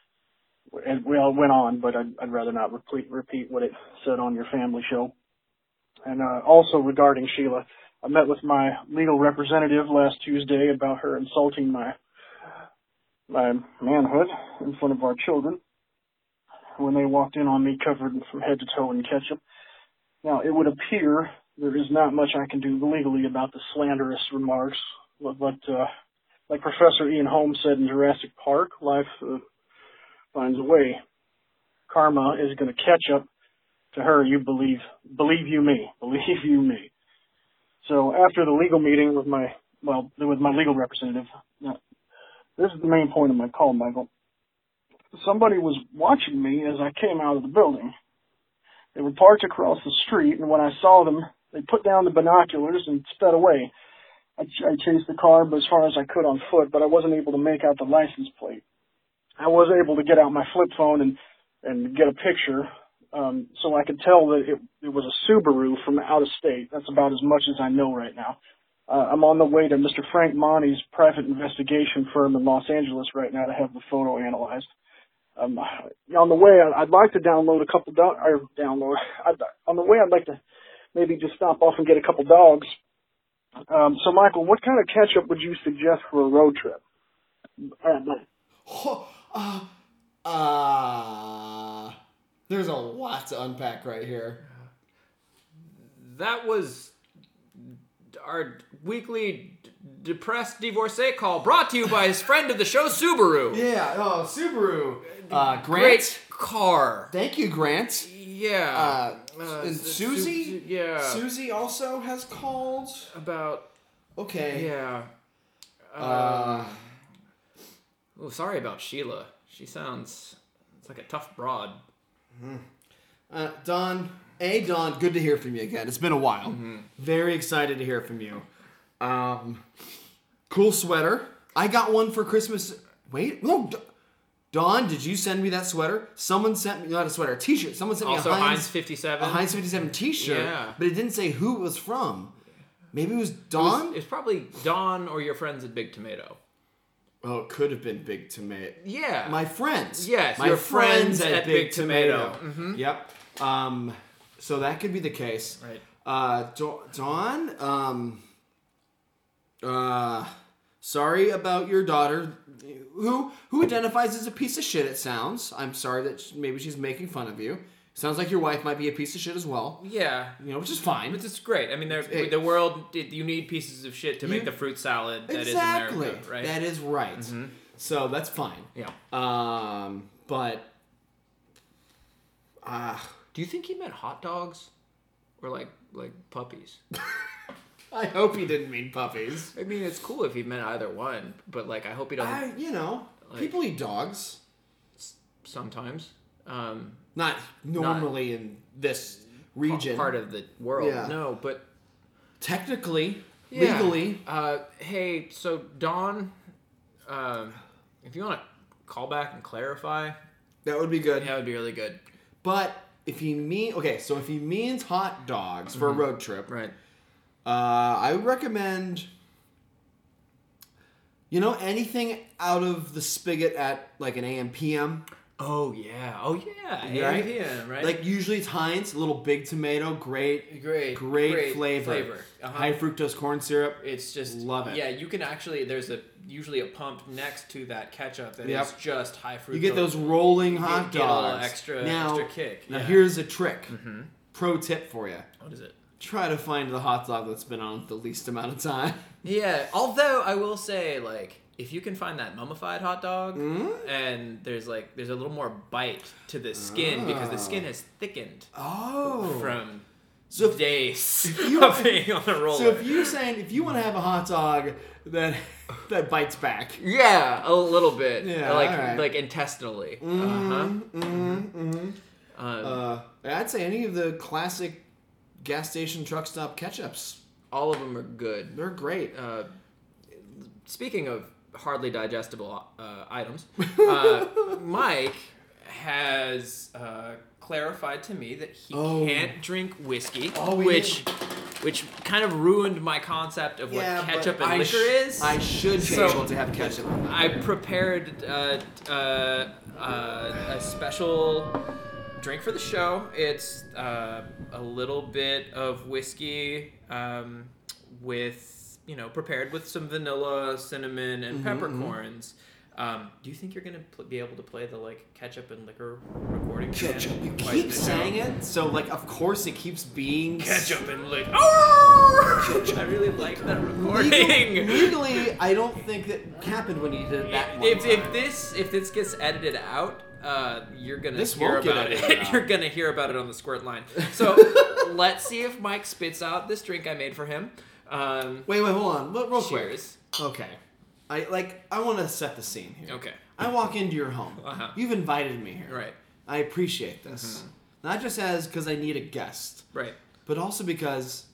And well, it went on, but I'd, I'd rather not repeat, repeat what it said on your family show. And uh, also regarding Sheila, I met with my legal representative last Tuesday about her insulting my my manhood in front of our children when they walked in on me covered from head to toe in ketchup. Now it would appear there is not much I can do legally about the slanderous remarks, but, but uh, like Professor Ian Holmes said in Jurassic Park, life uh, finds a way. Karma is going to catch up to her. You believe, believe you me, believe you me. So after the legal meeting with my well with my legal representative, yeah, this is the main point of my call, Michael. Somebody was watching me as I came out of the building. They were parked across the street, and when I saw them, they put down the binoculars and sped away. I, ch- I chased the car but as far as I could on foot, but I wasn't able to make out the license plate. I was able to get out my flip phone and and get a picture um, so I could tell that it, it was a Subaru from out of state. That's about as much as I know right now. Uh, I'm on the way to Mr. Frank Monty's private investigation firm in Los Angeles right now to have the photo analyzed. Um, on the way, I- I'd like to download a couple do- or download. I'd, on the way, I'd like to maybe just stop off and get a couple dogs. Um, so, Michael, what kind of ketchup would you suggest for a road trip? Uh, Ho- uh, uh, there's a lot to unpack right here. that was our weekly d- depressed divorcee call brought to you by his friend of the show, Subaru. Yeah. Oh, Subaru. Uh, Grant. Great car. Thank you, Grant. Yeah. Uh, and Su- Susie. Su- yeah. Susie also has called. About Okay. yeah. Uh, Oh, sorry about Sheila. She sounds it's like a tough broad. uh, Don. Hey, Don. Good to hear from you again. It's been a while. Mm-hmm. Very excited to hear from you. Um, cool sweater. I got one for Christmas. Wait, no. D- Don, did you send me that sweater? Someone sent me not a sweater, a T-shirt. Someone sent Also, me a Heinz Heinz, a 57. Heinz 57 T-shirt, Yeah. but it didn't say who it was from. Maybe it was Don. It's probably Don or your friends at Big Tomato. Oh, it could have been Big Tomato. Yeah. My friends. Yes, my your friends at Big Tomato. Mm-hmm. Yep. Um, so that could be the case. Right. Uh, Da- Dawn. Um, uh, sorry about your daughter, who who identifies as a piece of shit. It sounds. I'm sorry that sh maybe she's making fun of you. Sounds like your wife might be a piece of shit as well. yeah. You know, which is fine. But it's great. I mean, there- Hey. the world, it- you need pieces of shit to make the You- fruit salad that is exactly. America, right? Mm-hmm. That is right. So that's fine. yeah. Um, but ah, Do you think he meant hot dogs? Or like like puppies? I hope he didn't mean puppies. I mean, it's cool if he meant either one, but like I hope he doesn't. I, you know, people eat dogs. sometimes, um, Not normally in this region. part of the world. Yeah. No, but technically, Yeah. legally. Uh, hey, so Don, um, if you want to call back and clarify, That would be good. that would be really good. But if he mean okay, so if he means hot dogs for a road trip, Mm-hmm. Right. uh, I would recommend. You know anything out of the spigot at like an AM PM? Oh yeah. Oh yeah. Right? Yeah. Right. Like usually it's Heinz, little big tomato, great great, great, flavor. Uh-huh. High fructose corn syrup. it's just Love it. Yeah, you can actually. There's a usually a pump next to that ketchup that is Yep. just high fructose. You get those rolling hot dogs. get a little extra- now, extra kick, Now yeah. Mm-hmm. here's a trick. Pro tip for you. What is it? Try to find the hot dog that's been on the least amount of time. Yeah. Although I will say, like, if you can find that mummified hot dog, Mm-hmm. and there's like there's a little more bite to the skin because the skin has thickened Oh. from So if- days you- of being on the roller. so if you're saying if you want to have a hot dog that that bites back. yeah, a little bit. Yeah, Mm-hmm. like alright. like intestinally. uh-huh. Um, Uh, I'd say any of the classic gas station truck stop ketchups. all of them are good. They're great. Uh, speaking of hardly digestible uh, items, uh, Mike has uh, clarified to me that he Oh. can't drink whiskey, Oh, we which which kind of ruined my concept of what but ketchup and I liquor sh- is. I should be So- able to have ketchup. I prepared uh, uh, uh, a special drink for the show. It's uh, a little bit of whiskey um, with, you know, prepared with some vanilla, cinnamon, and Mm-hmm, peppercorns. Um, do you think you're gonna pl- be able to play the like ketchup and liquor recording? band Ketchup. You twice in a keep saying row? it, so like of course it keeps being Ketchup and liquor. Oh! I really like that recording. Legal- legally, I don't think that happened when you did that. one if, if time. this if this gets edited out, uh, you're gonna This hear won't get about edited it. out. you're gonna hear about it on the squirt line. So let's see if Mike spits out this drink I made for him. Um, wait, wait, hold on, Look, real cheers. quick. Okay, I like I want to set the scene here. Okay. I walk into your home. Uh-huh. You've invited me here. Right. Mm-hmm. I appreciate this, not just as because I need a guest, Right. but also because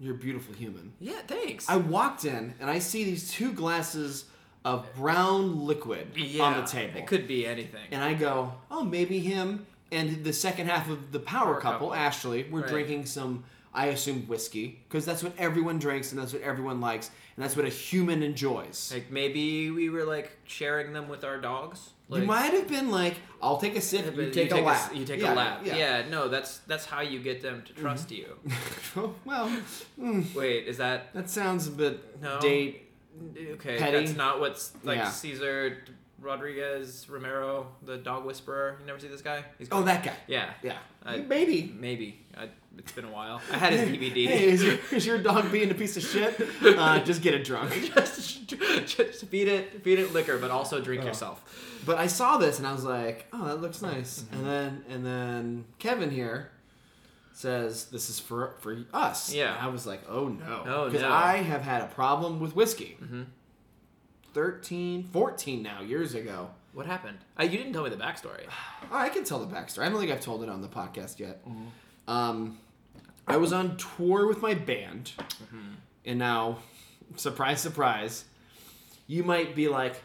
you're a beautiful human. Yeah. Thanks. I walked in and I see these two glasses of brown liquid yeah, on the table. It could be anything. and I go, oh, maybe him and the second half of the power couple, couple. Ashley, were Right. drinking some, I assume, whiskey, because that's what everyone drinks and that's what everyone likes and that's what a human enjoys. like maybe we were like sharing them with our dogs. Like, you might have been like, I'll take a sip, but you take a lap. You take Yeah, a lap. Yeah. No, that's that's how you get them to trust you. Oh, well, Wait, is that that sounds a bit No. date. Okay, Petty. that's not what's like Yeah. Caesar Rodriguez Romero, the dog whisperer. You never see this guy? He's Oh, that guy. Yeah. Yeah. I- Maybe. Maybe. I, it's been a while. I had his DVD. Hey, is your, is your dog being a piece of shit? Uh, just get it drunk. just, just feed it, feed it liquor, but also drink yourself. But I saw this and I was like, oh, that looks nice. Mm-hmm. And then and then Kevin here says this is for for us. Yeah. And I was like, oh no, Oh, no. Mm-hmm. I have had a problem with whiskey. 13, 14 now years ago. What happened? Uh, you didn't tell me the backstory. Oh, I can tell the backstory. I don't think I've told it on the podcast yet. Um, I was on tour with my band, and now, surprise, surprise, you might be like,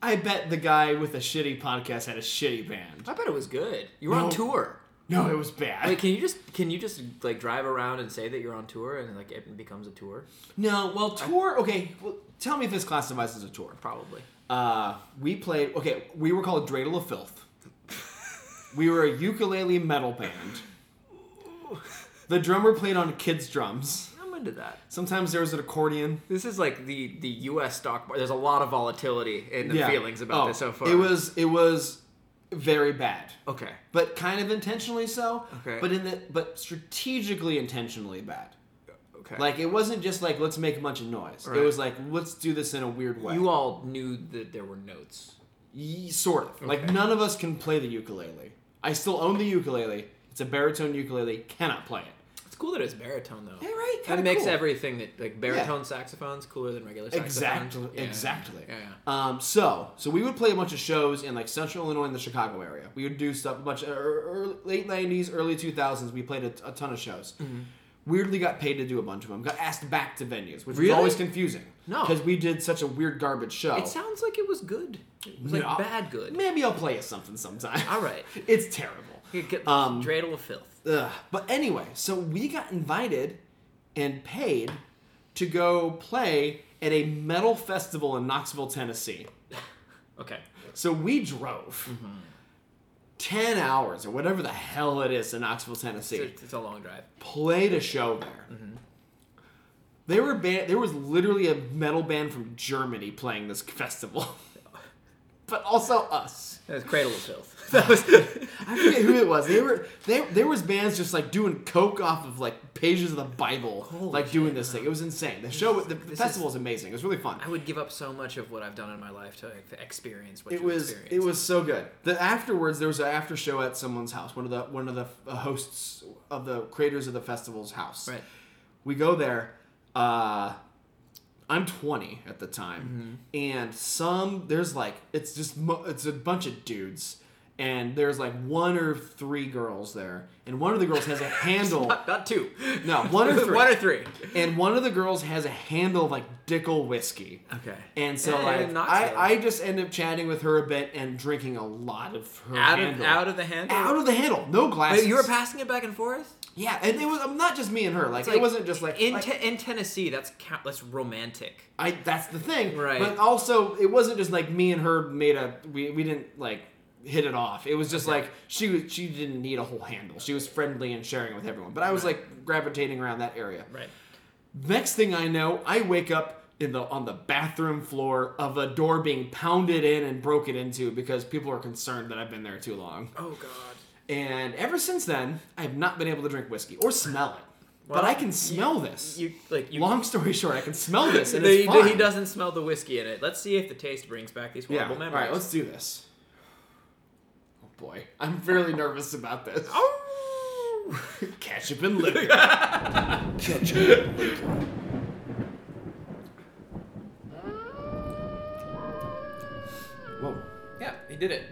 I bet the guy with a shitty podcast had a shitty band. I bet it was good. You were No. on tour. No, it was bad. Wait, can you just can you just like drive around and say that you're on tour and like it becomes a tour? no, well, tour. Okay, well, tell me if this classifies as a tour. Probably. Uh, we played. Okay, we were called Dreidel of Filth. we were a ukulele metal band. The drummer played on kids' drums. I'm into that. Sometimes there was an accordion. This is like the the U.S. stock market. There's a lot of volatility in the feelings about Oh, this so far. It was it was very bad, okay. but kind of intentionally so. Okay. But in the but strategically intentionally bad. Okay. Like it wasn't just like let's make a bunch of noise. Right. It was like let's do this in a weird way. you all knew that there were notes. Ye- sort of. Like none of us can play the ukulele. I still own the ukulele. It's a baritone ukulele. Cannot play it. It's cool that it's baritone though. Yeah, right? That Kinda makes cool. everything that like baritone saxophones cooler than regular saxophones. Exactly. Yeah. Exactly. Yeah, yeah. Um, so, so we would play a bunch of shows in like Central Illinois and the Chicago area. We would do stuff a bunch of early, late '90s, early 2000s. We played a, a ton of shows. Mm-hmm. Weirdly, got paid to do a bunch of them. Got asked back to venues, which Really? was always confusing. No. because we did such a weird garbage show. It sounds like it was good. It was like Oh. No. bad good. Maybe I'll play you something sometime. All right. it's terrible. You get Um, dreidel of filth. Ugh. But anyway, so we got invited and paid to go play at a metal festival in Knoxville, Tennessee. Okay. So we drove 10 hours or whatever the hell it is in Knoxville, It's Tennessee, a, it's a long drive. played a show there. They were ba- there was literally a metal band from Germany playing this festival. but also us. That was cradle of filth. That was. I forget who it was. They were they there was bands just like doing coke off of like pages of the Bible, like doing this thing. It was insane. The show, the, the This festival was amazing. It was really fun. I would give up so much of what I've done in my life to experience what It you was experienced. it was so good. The afterwards there was an after show at someone's house. One of the one of the uh, hosts of the creators of the festival's house. right. We go there. Uh, I'm 20 at the time, Mm-hmm. and some there's like it's just mo- it's a bunch of dudes, and there's like one or three girls there, and one of the girls has a handle. Not, not two. No, one or three. one or three. And one of the girls has a handle of, like Dickel whiskey. Okay. And so Yeah, like not I, so. I just end up chatting with her a bit and drinking a lot of her out handle. of out of the handle. Out of the handle, no glasses. Wait, you were passing it back and forth. yeah, and it was um, not just me and her. Like, It's like, it wasn't just like, in like, Te- in Tennessee. That's count- that's romantic. I. That's the thing, Right. But also, it wasn't just like me and her made a. We, we didn't like hit it off. It was just like she was. She didn't need a whole handle. She was friendly and sharing with everyone. But I was like gravitating around that area. Right. Next thing I know, I wake up in the on the bathroom floor of a door being pounded in and broken into because people are concerned that I've been there too long. Oh God. And ever since then, I have not been able to drink whiskey or smell it. but Well, I can smell this. You like you. Long story short, I can smell this, and They- it's fine. He doesn't smell the whiskey in it. Let's see if the taste brings back these Yeah. horrible All memories. right, let's do this. Oh boy, I'm fairly nervous about this. Oh. Ketchup and liquor. Ketchup and liquor. Whoa, yeah, he did it.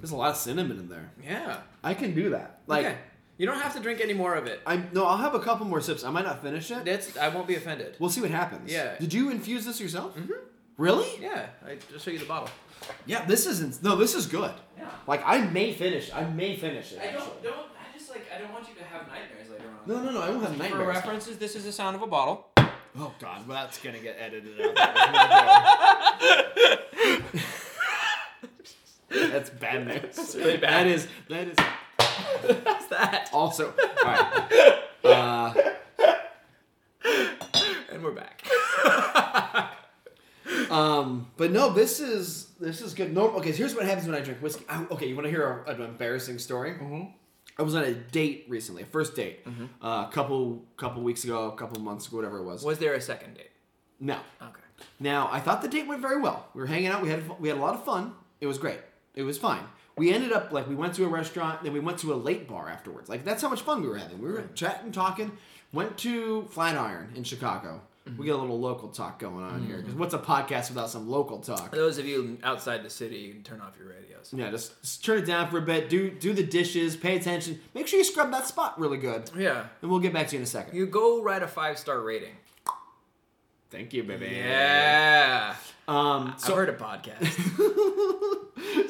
there's a lot of cinnamon in there. Yeah. I can do that. Like, okay. You don't have to drink any more of it. I no, I'll have a couple more sips. I might not finish it. That's I won't be offended. We'll see what happens. Yeah. Did you infuse this yourself? Mm-hmm. Really? yeah, I just show you the bottle. Yeah. This isn't. No, this is good. Yeah. Like I may finish. I may finish it. I actually. don't don't I just like I don't want you to have nightmares later on. No, no, no. I won't have For nightmares. references, this is the sound of a bottle. Oh God, well, that's gonna get edited out. That was no good. that's bad news. really bad. That is. That is What's that? also. All right. Uh, And we're back. Um, but no, this is this is good. Normal. Okay, so here's what happens when I drink whiskey. I, okay, you want to hear a, an embarrassing story? Mm-hmm. I was on a date recently, a first date, uh, a couple couple weeks ago, a couple months ago, whatever it was. Was there a second date? No, Okay. now I thought the date went very well. We were hanging out. We had we had a lot of fun. It was great. It was fine. We ended up like we went to a restaurant, then we went to a late bar afterwards. Like that's how much fun we were having. We were chatting, talking. Went to Flatiron in Chicago. We get a little local talk going on here because what's a podcast without some local talk? For those of you outside the city, you can turn off your radios. Yeah, just, just turn it down for a bit. Do do the dishes. Pay attention. Make sure you scrub that spot really good. Yeah. And we'll get back to you in a second. You go write a five star rating. Thank you, baby. Yeah. Um. So, So I heard a podcast.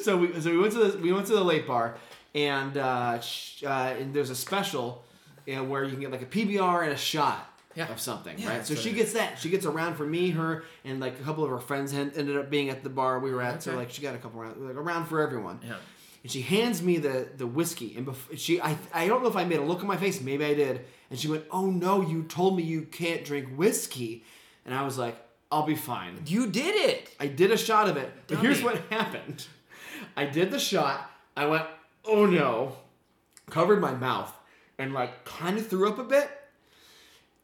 so we so we went to the we went to the late bar, and uh, sh- uh, and there's a special, you know, where you can get like a PBR and a shot Yeah. of something, Yeah, right? So so- she gets that. She gets a round for me, her, and like a couple of her friends hen- ended up being at the bar we were at. So Okay. like she got a couple rounds, like a round for everyone. Yeah. And she hands me the the whiskey, and bef- she I I don't know if I made a look on my face, maybe I did, and she went, "Oh no, you told me you can't drink whiskey," and I was like, "I'll be fine." you did it. I did a shot of it, but here's Dummy. what happened. I did the shot. I went, oh no, covered my mouth and like kind of threw up a bit.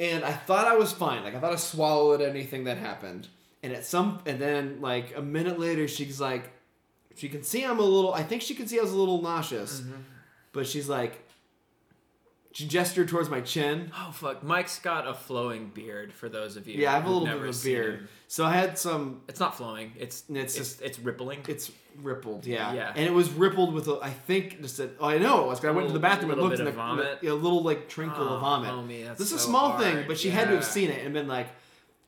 And I thought I was fine. Like I thought I swallowed anything that happened. And at some, and then like a minute later, she's like, she can see I'm a little. I think she can see I was a little nauseous, Mm-hmm. but she's like, she gestured towards my chin. Oh fuck. Mike's got a flowing beard. For those of you, Yeah, I have a who've little bit never of a seen beard, him. so I had some It's not flowing. It's It's it's it's, just- it's rippling. It's rippled, yeah. Yeah. And it was rippled with, a, I think, just a, oh, I know it was. 'cause I went to Little- the bathroom and little bit looked, and of vomit. a little like trinkle Oh, of vomit. homie, that's this is a so small hard. thing, but she had to have Yeah. seen it and been like,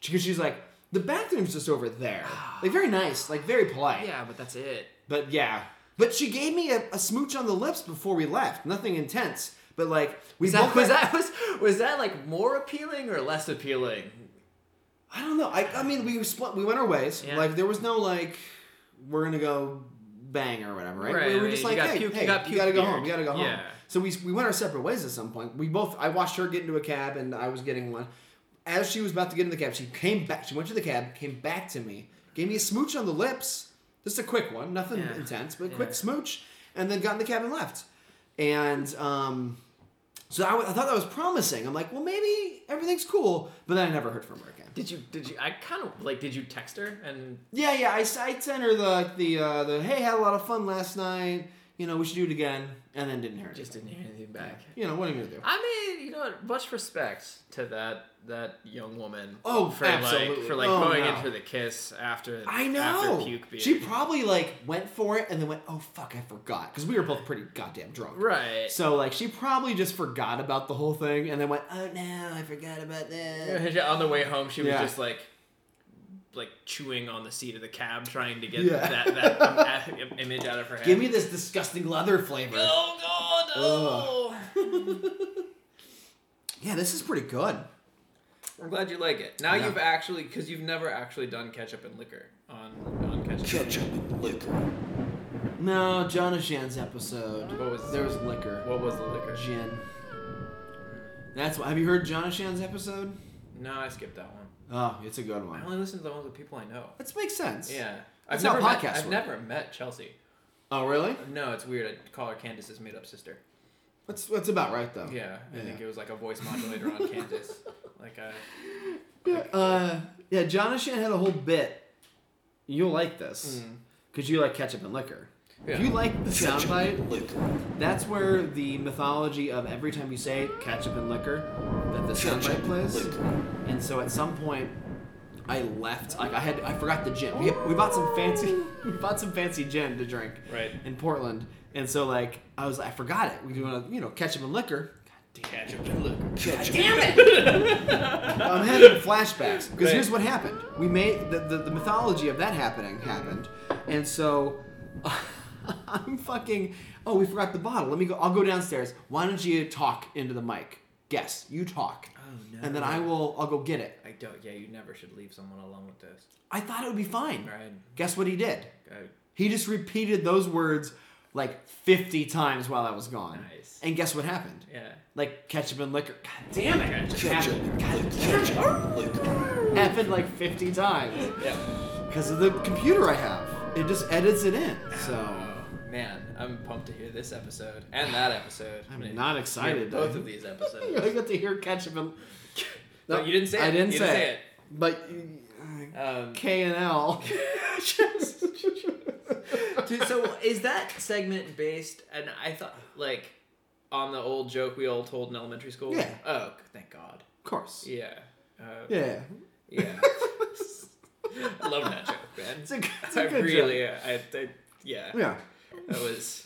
because she's like, the bathroom's just over there. Like very nice, like very polite. yeah, but that's it. But yeah, but she gave me a, a smooch on the lips before we left. Nothing intense, but like we Was that, both was got- that was was that like more appealing or less appealing? I don't know. I, I mean, we split, we went our ways. Yeah. Like there was no like we're gonna go bang or whatever, right? Right, we were right. just You like, got hey, puke- you hey, you, got gotta puke go beard. home. You gotta go home. Yeah. So we we went our separate ways at some point. We both I watched her get into a cab and I was getting one. As she was about to get in the cab, she came back. She went to the cab, came back to me, gave me a smooch on the lips, just a quick one, nothing Yeah. intense, but a Yeah. quick smooch, and then got in the cab and left. And um, so I, w- I thought that was promising. I'm like, well, maybe everything's cool, but then I never heard from her again. Did you did you I kind of like did you text her and Yeah, yeah. I, s- I sent her the like, the uh, the hey, had a lot of fun last night. You know, we should do it again, and then didn't hear it. just didn't hear anything back? you know, what am I gonna do? I mean, you know, what, much respect to that that young woman. Oh, for absolutely. like for like Oh, going no. in for the kiss after I after know. puke beer. She probably like went for it and then went, oh fuck, I forgot, because we were both pretty goddamn drunk. right. So like, she probably just forgot about the whole thing and then went, oh no, I forgot about that. On the way home, she was Yeah. just like like chewing on the seat of the cab, trying to get Yeah. that that im- im- image out of her head. Give me this disgusting leather flavor. Oh god! Oh. Yeah, this is pretty good. I'm glad you like it. Now Yeah. you've actually, because you've never actually done ketchup and liquor on on ketchup. Ketchup and liquor. No, Jonathan's episode. What was- there was liquor. What was the liquor? Gin. That's what, have you heard Jonathan's episode? No, I skipped that one. Oh, it's a good one. I only listen to the ones with people I know. That makes sense. Yeah, That's how never met, podcasts I've work. never met Chelsea. Oh, really? No, it's weird. I call her Candace's made-up sister. That's that's about right though. Yeah, I Yeah. think it was like a voice modulator on Candace. Like, uh, Yeah. Uh, yeah. Jonathan had a whole bit. You'll like this because you like ketchup and liquor. Mm. Yeah. If you like the Ketchup soundbite, and liquor. that's where the mythology of every time you say ketchup and liquor, that the Ketchup soundbite and plays. liquor. And so at some point, I left. Like I had, I forgot the gin. We, we bought some fancy, we bought some fancy gin to drink. Right. In Portland, and so like I was, I forgot it. We want to, you know, ketchup and liquor. ketchup and liquor. Ketchup. I'm having flashbacks because Right. here's what happened. We made the, the, the mythology of that happening happened, and so I'm fucking. Oh, we forgot the bottle. Let me go. I'll go downstairs. Why don't you talk into the mic? Guess you talk, Oh, no. and then I will. I'll go get it. I don't. Yeah, you never should leave someone alone with this. I thought it would be fine. Right. Guess what he did? I, He just repeated those words like 50 times while I was gone. Nice. And guess what happened? yeah. Like ketchup and liquor. God damn it! Ketchup Happened. and liquor. Ketchup and liquor. happened like 50 times. Yeah. because of the computer I have. It just edits it in. So Oh man, I'm pumped to hear this episode and that episode. I'm gonna not hear excited. Both I- of these I episodes. got to hear ketchup and. No, you didn't say I it. didn't You say, didn't say it. But uh, Um, K and L. Dude, so is that segment based? And I thought like on the old joke we all told in elementary school. Yeah. Oh, thank God. Of course. Yeah. Uh, Yeah. yeah. I love that joke, man. It's a, good- it's I a good really, uh, joke. I, I, yeah. Yeah. That was.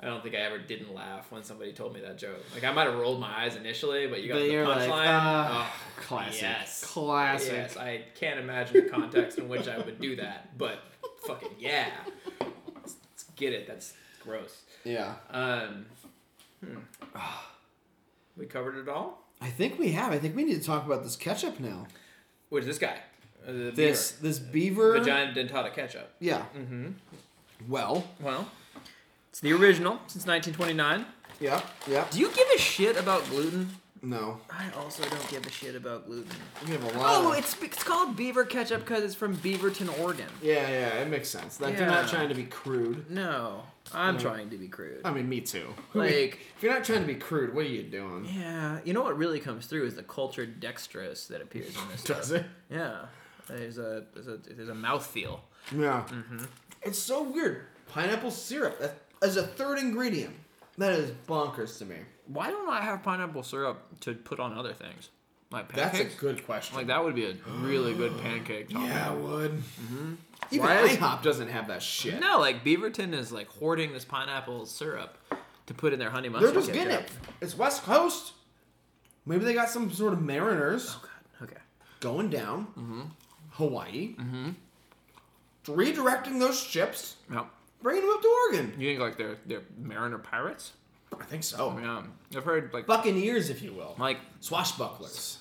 I don't think I ever didn't laugh when somebody told me that joke. Like I might have rolled my eyes initially, but you got But the you're like, punchline. ah, Oh, classic. Yes. Classic. Yes, I can't imagine the context in which I would do that, but fucking yeah. Let's, let's get it. That's gross. Yeah. Um, hmm. We covered it all. I think we have. I think we need to talk about this ketchup now. Where's this guy? Uh, the This beaver. this beaver. vagina dentata ketchup. Yeah. Mm-hmm. Well. Well, it's the original since 1929. Yeah. Yeah. Do you give a shit about gluten? No. I also don't give a shit about gluten. We have a lot. Oh, of- it's it's called beaver ketchup because it's from Beaverton, Oregon. Yeah, yeah. It makes sense. Like, They're not Yeah. trying to be crude. No, I'm trying to be crude. I mean, me too. Like- if you're not trying to be crude, what are you doing? Yeah, you know what really comes through is the cultured dextrose that appears in this. Does stuff. it? Yeah, there's a there's a there's a mouthfeel. Yeah. Mm-hmm. It's so weird. Pineapple syrup that- as a third ingredient. That is bonkers to me. Why don't I have pineapple syrup to put on other things, like That's pancakes? a good question. Like that would be a really good pancake topping. Yeah, it would. Even Mm-hmm. Why is- IHOP doesn't have that shit. No, like Beaverton is like hoarding this pineapple syrup to put in their honey mustard. They're just getting ketchup. it. It's West Coast. Maybe they got some sort of mariners Oh God. Okay. going down. Mm-hmm. Hawaii. Mm-hmm. Redirecting those ships, Now, bringing them up to Oregon. you think like they're they're mariner pirates? I think so. Yeah, I've heard like Buccaneers, if you will. like Swashbucklers.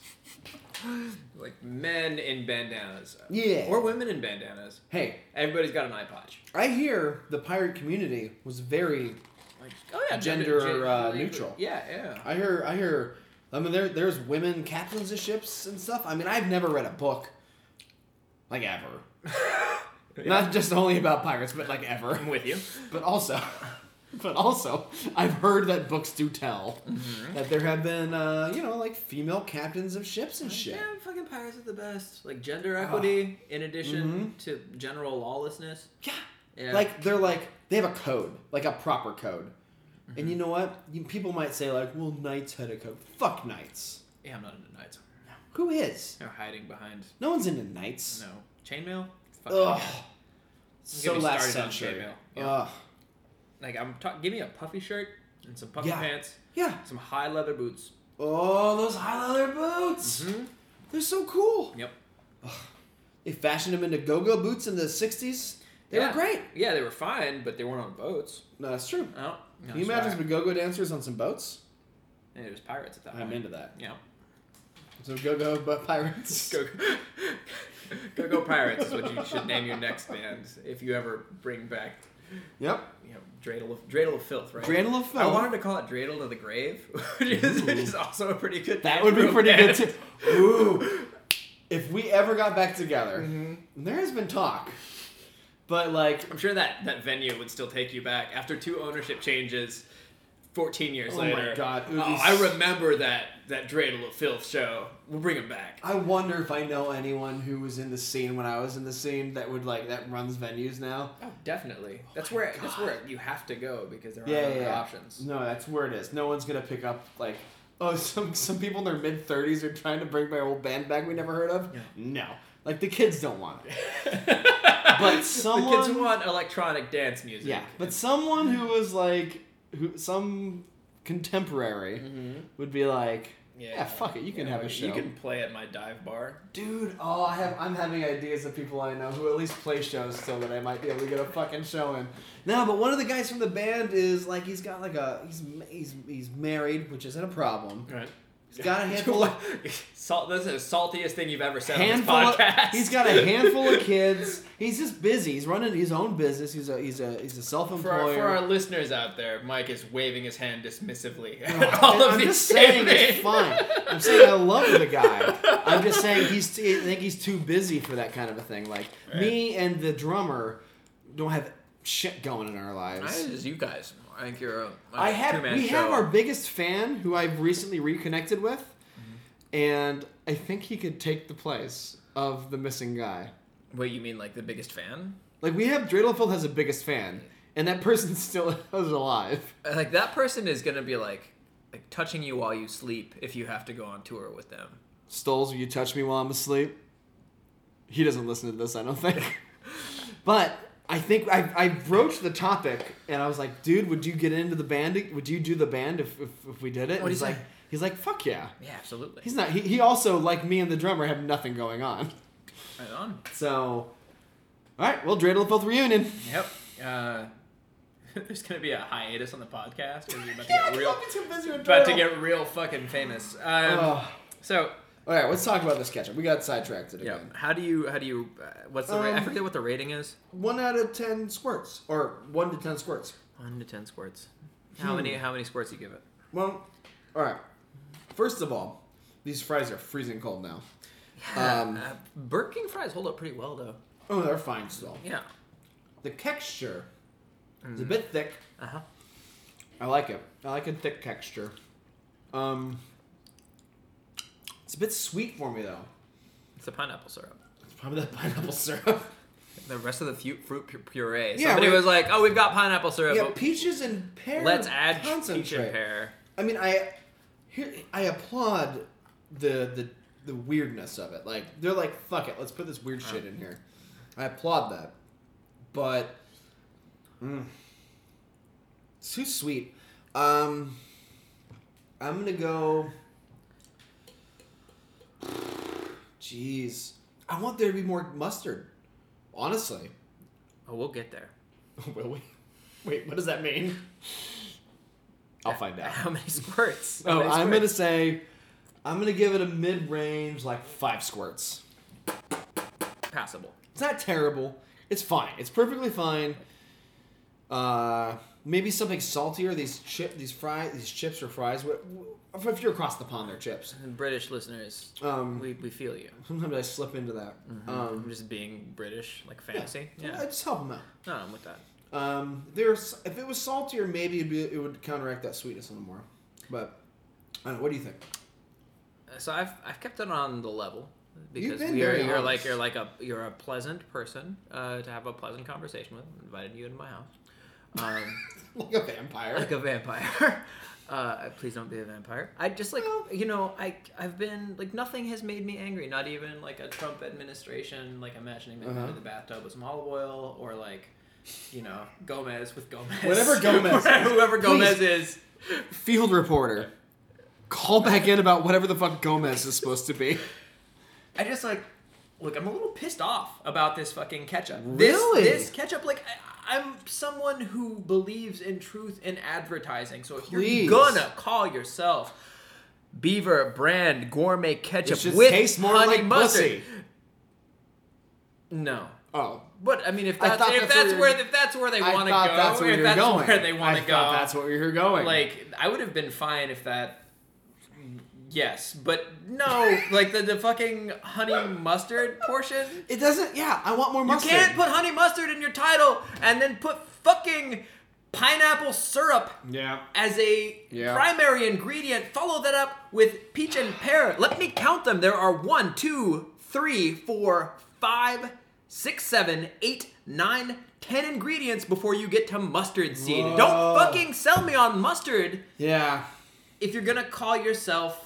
like men in bandanas. Yeah. Or women in bandanas. Hey, Everybody's got an eye patch. I hear the pirate community was very. Like, oh yeah, Gender, uh, gen- neutral. Yeah, yeah. I hear. I hear. I mean, there there's women captains of ships and stuff. I mean, I've never read a book. Like ever. Not just only about pirates, but like ever. I'm with you. But also, but also, I've heard that books do tell Mm-hmm. that there have been, uh, you know, like female captains of ships and shit. Ah. Yeah, fucking pirates are the best. Like gender equity, in addition to general lawlessness. Mm-hmm. Yeah. Yeah. Like they're like they have a code, like a proper code. And Mm-hmm. you know what? You, people might say like, "Well, knights had a code." Fuck knights. Yeah, I'm not into knights. Who is? They're hiding behind No one's into knights. no chainmail. Fuck Ugh. yeah. So me last started on century. chainmail. Yeah. Yeah. Ugh. Like I'm talking. Give me a puffy shirt and some puffy Yeah. pants, Yeah. some high leather boots. Oh, those high leather boots. Mhm. They're so cool. Yep. They fashioned them into go-go boots in the '60s. They yeah. were great. Yeah, they were fine, but they weren't on boats. No, that's true. Oh, no, Can you imagine some go-go dancers on some boats? Yeah, there's pirates at that. I'm point. into that. Yeah. Some go-go but pirates. Go, go, go pirates is what you should name your next band if you ever bring back Yep. you know dreidel of dreidel of filth, right? Dreidel of I Filth. wanted to call it dreidel to the grave, which is, which is also a pretty good. That name would be for a pretty good band. too. Ooh. If we ever got back together, Mm-hmm. there has been talk. But like I'm sure that that venue would still take you back after two ownership changes. 14 years Oh my later. God, it would Oh, be I s- remember that that dreidel of filth show. We'll bring him back. I wonder if I know anyone who was in the scene when I was in the scene that would like that runs venues now. Oh, definitely. That's where that's where you have to go because there are Yeah, other yeah, yeah. options. No, that's where it is. No one's gonna pick up like oh some some people in their mid thirties are trying to bring my old band back we never heard of. No. Like the kids don't want it. but the kids someone- want electronic dance music. Yeah, but someone who was like, who some contemporary would be like, yeah, fuck it, you can have a show, Mm-hmm. You can play at my dive bar. dude. Oh, I have, I'm having ideas of people I know who at least play shows still that I might be able to get a fucking show in. No, but one of the guys from the band is like, he's got like a, he's he's he's married, which isn't a problem. Right. He's He's got a handful of Salt, this is the saltiest thing you've ever said handful on of, this podcast. he's got a handful of kids. He's just busy. He's running his own business. He's a he's a he's a self-employer. For our, for our listeners out there, Mike is waving his hand dismissively. at I'm all of I'm these just saying it's statements. fine. I'm saying I love the guy. I'm just saying he's. I think he's too busy for that kind of a thing. Like me and the drummer don't have shit going in our I lives. think it's you guys. I think you're a, I have two-man we show. have our biggest fan who I've recently reconnected with, Mm-hmm. and I think he could take the place of the missing guy. Wait, you mean like the biggest fan? Like we have Dredelfeld has a biggest fan, and that person still is alive. Uh, Like that person is gonna be like, like touching you while you sleep if you have to go on tour with them. Stoles, will you touch me while I'm asleep? He doesn't listen to this, I don't think. but I think I, I broached the topic and I was like, dude, would you get into the band? Would you do the band if, if, if we did What'd it? And he he's say? like, he's like, fuck yeah. Yeah, absolutely. He's not. He, he also like me and the drummer have nothing going on. right on. So, all right, well, Dreidel reunion. Yep. Uh, there's gonna be a hiatus on the podcast. 'cause You're about to Yeah, get real, I'll be too busy with about to Dreidel. get real fucking famous. Um, Ugh. So all right, let's talk about this ketchup. We got sidetracked yeah, again. how do you how do you uh, what's the ra- I Um, forget what the rating is. One out of ten squirts, or one to ten squirts. One to ten squirts. How many how many squirts you give it? Well, all right. First of all, these fries are freezing cold now. Um, Uh, Burger King fries hold up pretty well though. oh, they're fine still. Yeah. The texture is a bit thick. Uh huh. I like it. I like a thick texture. Um, it's a bit sweet for me though. It's the pineapple syrup. It's probably that pineapple syrup. The rest of the fu- fruit pu- puree. Yeah, Somebody we- was like, "Oh, we've got pineapple syrup. yeah, but peaches and pear. let's add peach concentrate. and pear." I mean, I here I applaud the the the weirdness of it. Like they're like, fuck it, let's put this weird shit in here. I applaud that, but mm, it's too sweet. Um, I'm gonna go. Jeez, I want there to be more mustard. Honestly, Oh, we'll get there. will we? Wait, what does that mean? I'll find out. How many squirts? How Oh, many I'm gonna squirts? say, I'm gonna give it a mid-range, like five squirts. passable. It's not terrible. It's fine. It's perfectly fine. Uh, maybe something saltier. These chip, these fry, these chips or fries. What if you're across the pond? They're chips. And British listeners, Um, we, we feel you. Sometimes I slip into that. I'm Um, just being British, like fancy. Mm-hmm. Yeah. I just help them out. No, I'm with that. Um, there's if it was saltier, maybe it'd be, it would counteract that sweetness a little more. But I don't know. What do you think? Uh, So I've I've kept it on the level because been you're, very you're honest. like you're like a you're a pleasant person uh, to have a pleasant conversation with. I invited you into my house. Um, Like a vampire. like a vampire. Uh, please don't be a vampire. I just like Well- you know I I've been like nothing has made me angry. Not even like a Trump administration. Like imagining me Uh-huh. in the bathtub with some olive oil or like you know Gomez with Gomez. Whatever Gomez is. whoever Gomez Please. is. field reporter. Call back in about whatever the fuck Gomez is supposed to be. I just like look. I'm a little pissed off about this fucking ketchup. Really? This, this ketchup, like. I, I'm someone who believes in truth in advertising. So if Please. you're gonna call yourself Beaver Brand Gourmet Ketchup should with taste more honey like mustard, pussy. no. Oh, But I mean, if I that's, thought if that's that's, where you're- where if that's where they I want to thought go, that's where if you're that's going. where they want I to thought go, That's where you're going. like I would have been fine if that. Yes, but no, like the, the fucking honey mustard portion. it doesn't. Yeah, I want more You mustard. can't put honey mustard in your title and then put fucking pineapple syrup Yeah. as a Yeah. primary ingredient. Follow that up with peach and pear. Let me count them. There are one, two, three, four, five, six, seven, eight, nine, ten ingredients before you get to mustard seed. Whoa. Don't fucking sell me on mustard Yeah. if you're gonna call yourself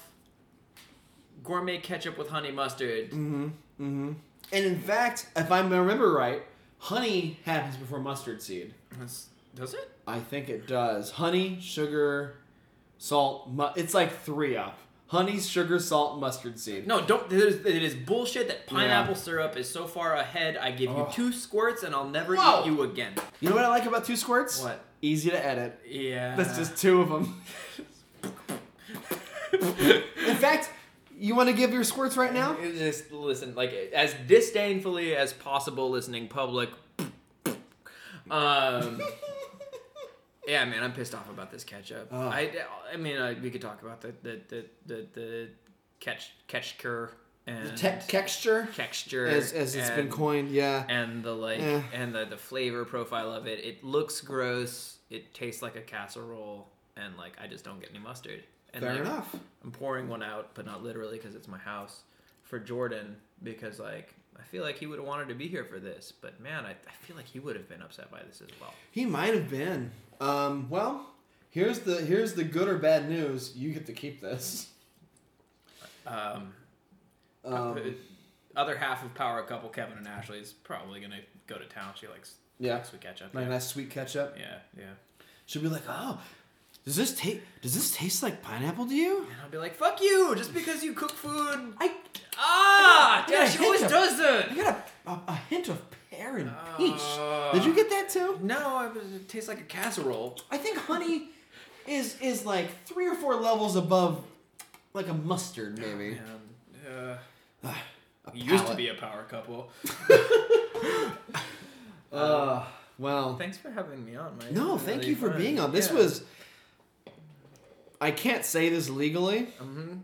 gourmet ketchup with honey mustard. And in fact, if I remember right, honey happens before mustard seed. that's- Does it? I think it does. Honey, sugar, salt. Mu- it's like three up. Honey, sugar, salt, mustard seed. No, don't. It is, it is bullshit that pineapple Yeah. syrup is so far ahead. I give you Ugh. two squirts and I'll never Whoa. eat you again. You know what I like about two squirts? What? Easy to edit. Uh. Yeah. That's just two of them. In fact, you want to give your squirts right now? It was just listen, like as disdainfully as possible, listening public. Um, yeah, man, I'm pissed off about this ketchup. Oh. I, I mean, I, we could talk about the the the the, the catch catch cure and Te- texture, texture as, as it's it's been coined, Eh. yeah. and the like Yeah. and the, the flavor profile of it. It looks gross. It tastes like a casserole, and like I just don't get any mustard. And Fair like, enough. I'm pouring one out, but not literally because it's my house for Jordan because like I feel like he would have wanted to be here for this, but man, I, I feel like he would have been upset by this as well. He might have been. Um, well, here's the here's the good or bad news. You get to keep this. Um, uh, Um, other half of Power Couple, Kevin and Ashley, is probably gonna go to town. She likes Yeah. likes sweet ketchup. like yeah. nice sweet ketchup. yeah, yeah. She'll be like, oh, does this taste does this taste like pineapple to you? And I'll be like, "Fuck you!" Just because you cook food, I ah, I got- I got yeah, a she hint always of- does that. I got a, a, a hint of pear and peach. Oh. Did you get that too? No, it, was- it tastes like a casserole. I think honey is is like three or four levels above like a mustard maybe. Um, uh, Ah, A we used to palate. be a power couple. Uh, well, Thanks for having me on, Mike. no, This was thank really you for fun. being on. This Yeah. was. I can't say this legally, Mm-hmm.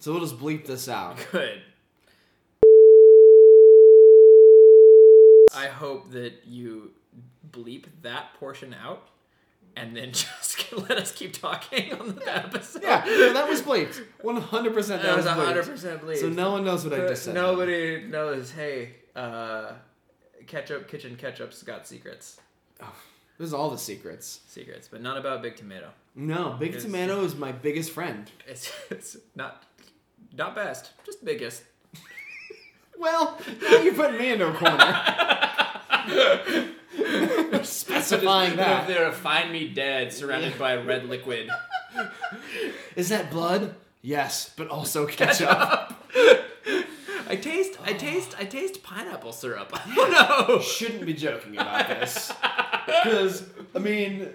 so we'll just bleep this out. good. I hope that you bleep that portion out, and then just let us keep talking on the episode. Yeah, no, that was bleeped. One hundred percent. that was bleeped. hundred percent bleep. So no one knows what I just said. Nobody knows. Hey, uh, ketchup kitchen ketchup's got secrets, This is all the secrets. secrets, but not about Big Tomato. No, Big Yes. Tomato is my biggest friend. It's, it's not not best, just biggest. Well, now you put me into a corner. Specifying that They're find me dead, surrounded by red liquid. is that blood? Yes, but also ketchup. I taste, Oh. I taste, I taste pineapple syrup. Oh no! Shouldn't be joking about this because I mean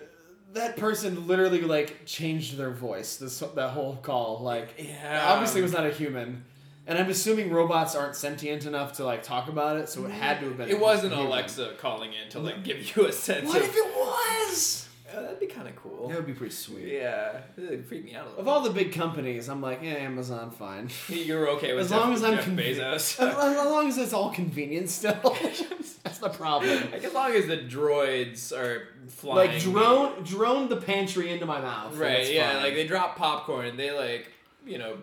that person literally like changed their voice this that whole call. Like, Yeah. obviously was not a human. And I'm assuming robots aren't sentient enough to like talk about it, so it had to have been. It wasn't human. Alexa calling in to like give you a sense What of. if it was? Oh, that'd be kind of cool. That would be pretty sweet. Yeah, it'd freak me out a little. Of all the big companies, I'm like, yeah, Amazon, fine. You're okay with As long Jeff- as I'm Jeff convi- Bezos. as, as long as it's all convenient still. That's the problem. Like as long as the droids are flying, Like drone, drone the pantry into my mouth. and right? it's Yeah, fine. like they drop popcorn. They like you know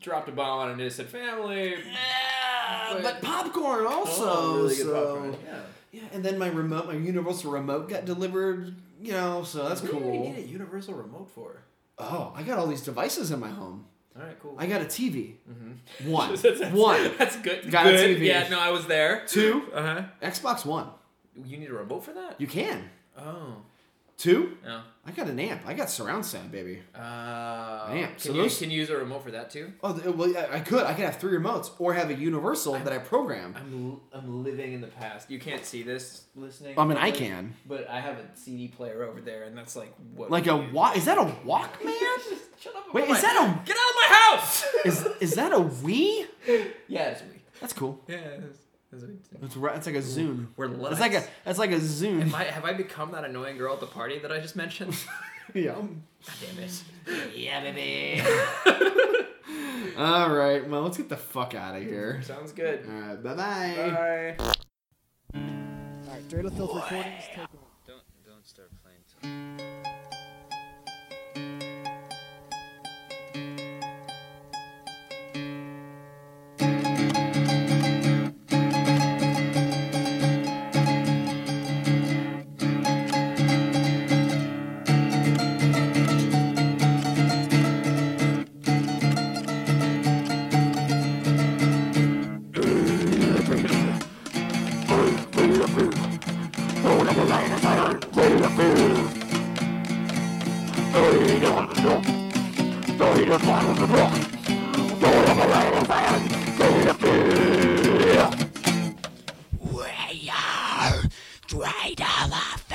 dropped a bomb on an innocent family. Yeah, but popcorn also. Oh, really good so popcorn. Yeah. yeah, and then my remote, my Universal remote, got delivered. You know, so that's What do you cool. need a universal remote for? Oh, I got all these devices in my home. All right, cool. I got a TV. Mm-hmm. One, that's, that's- one, That's good. Got a good. TV. Yeah, no, I was there. two, Uh huh. Xbox One. You need a remote for that? You can oh. two. No. I got an amp. I got surround sound, baby. Uh, Man, can so you those- can you use a remote for that too? Oh, th- well, I- I could. I could have three remotes or have a universal that I program. I'm l- I'm living in the past. You can't see this listening. I mean, I can. But I have a CD player over there, and that's like what. Like we a use. walk? Is that a Walkman? Just Shut up. Wait, about is my- that a- Get out of my house! Is is that a Wii? yeah, it's we. That's cool. Yeah, it's, it's we. It's, ri- it's like a Zoom. We're It's like a that's like a Zoom. Am I, have I become that annoying girl at the party that I just mentioned? yeah. God damn it. All right. Well, let's get the fuck out of here. Sounds good. All right. Bye bye. Bye. Three dollar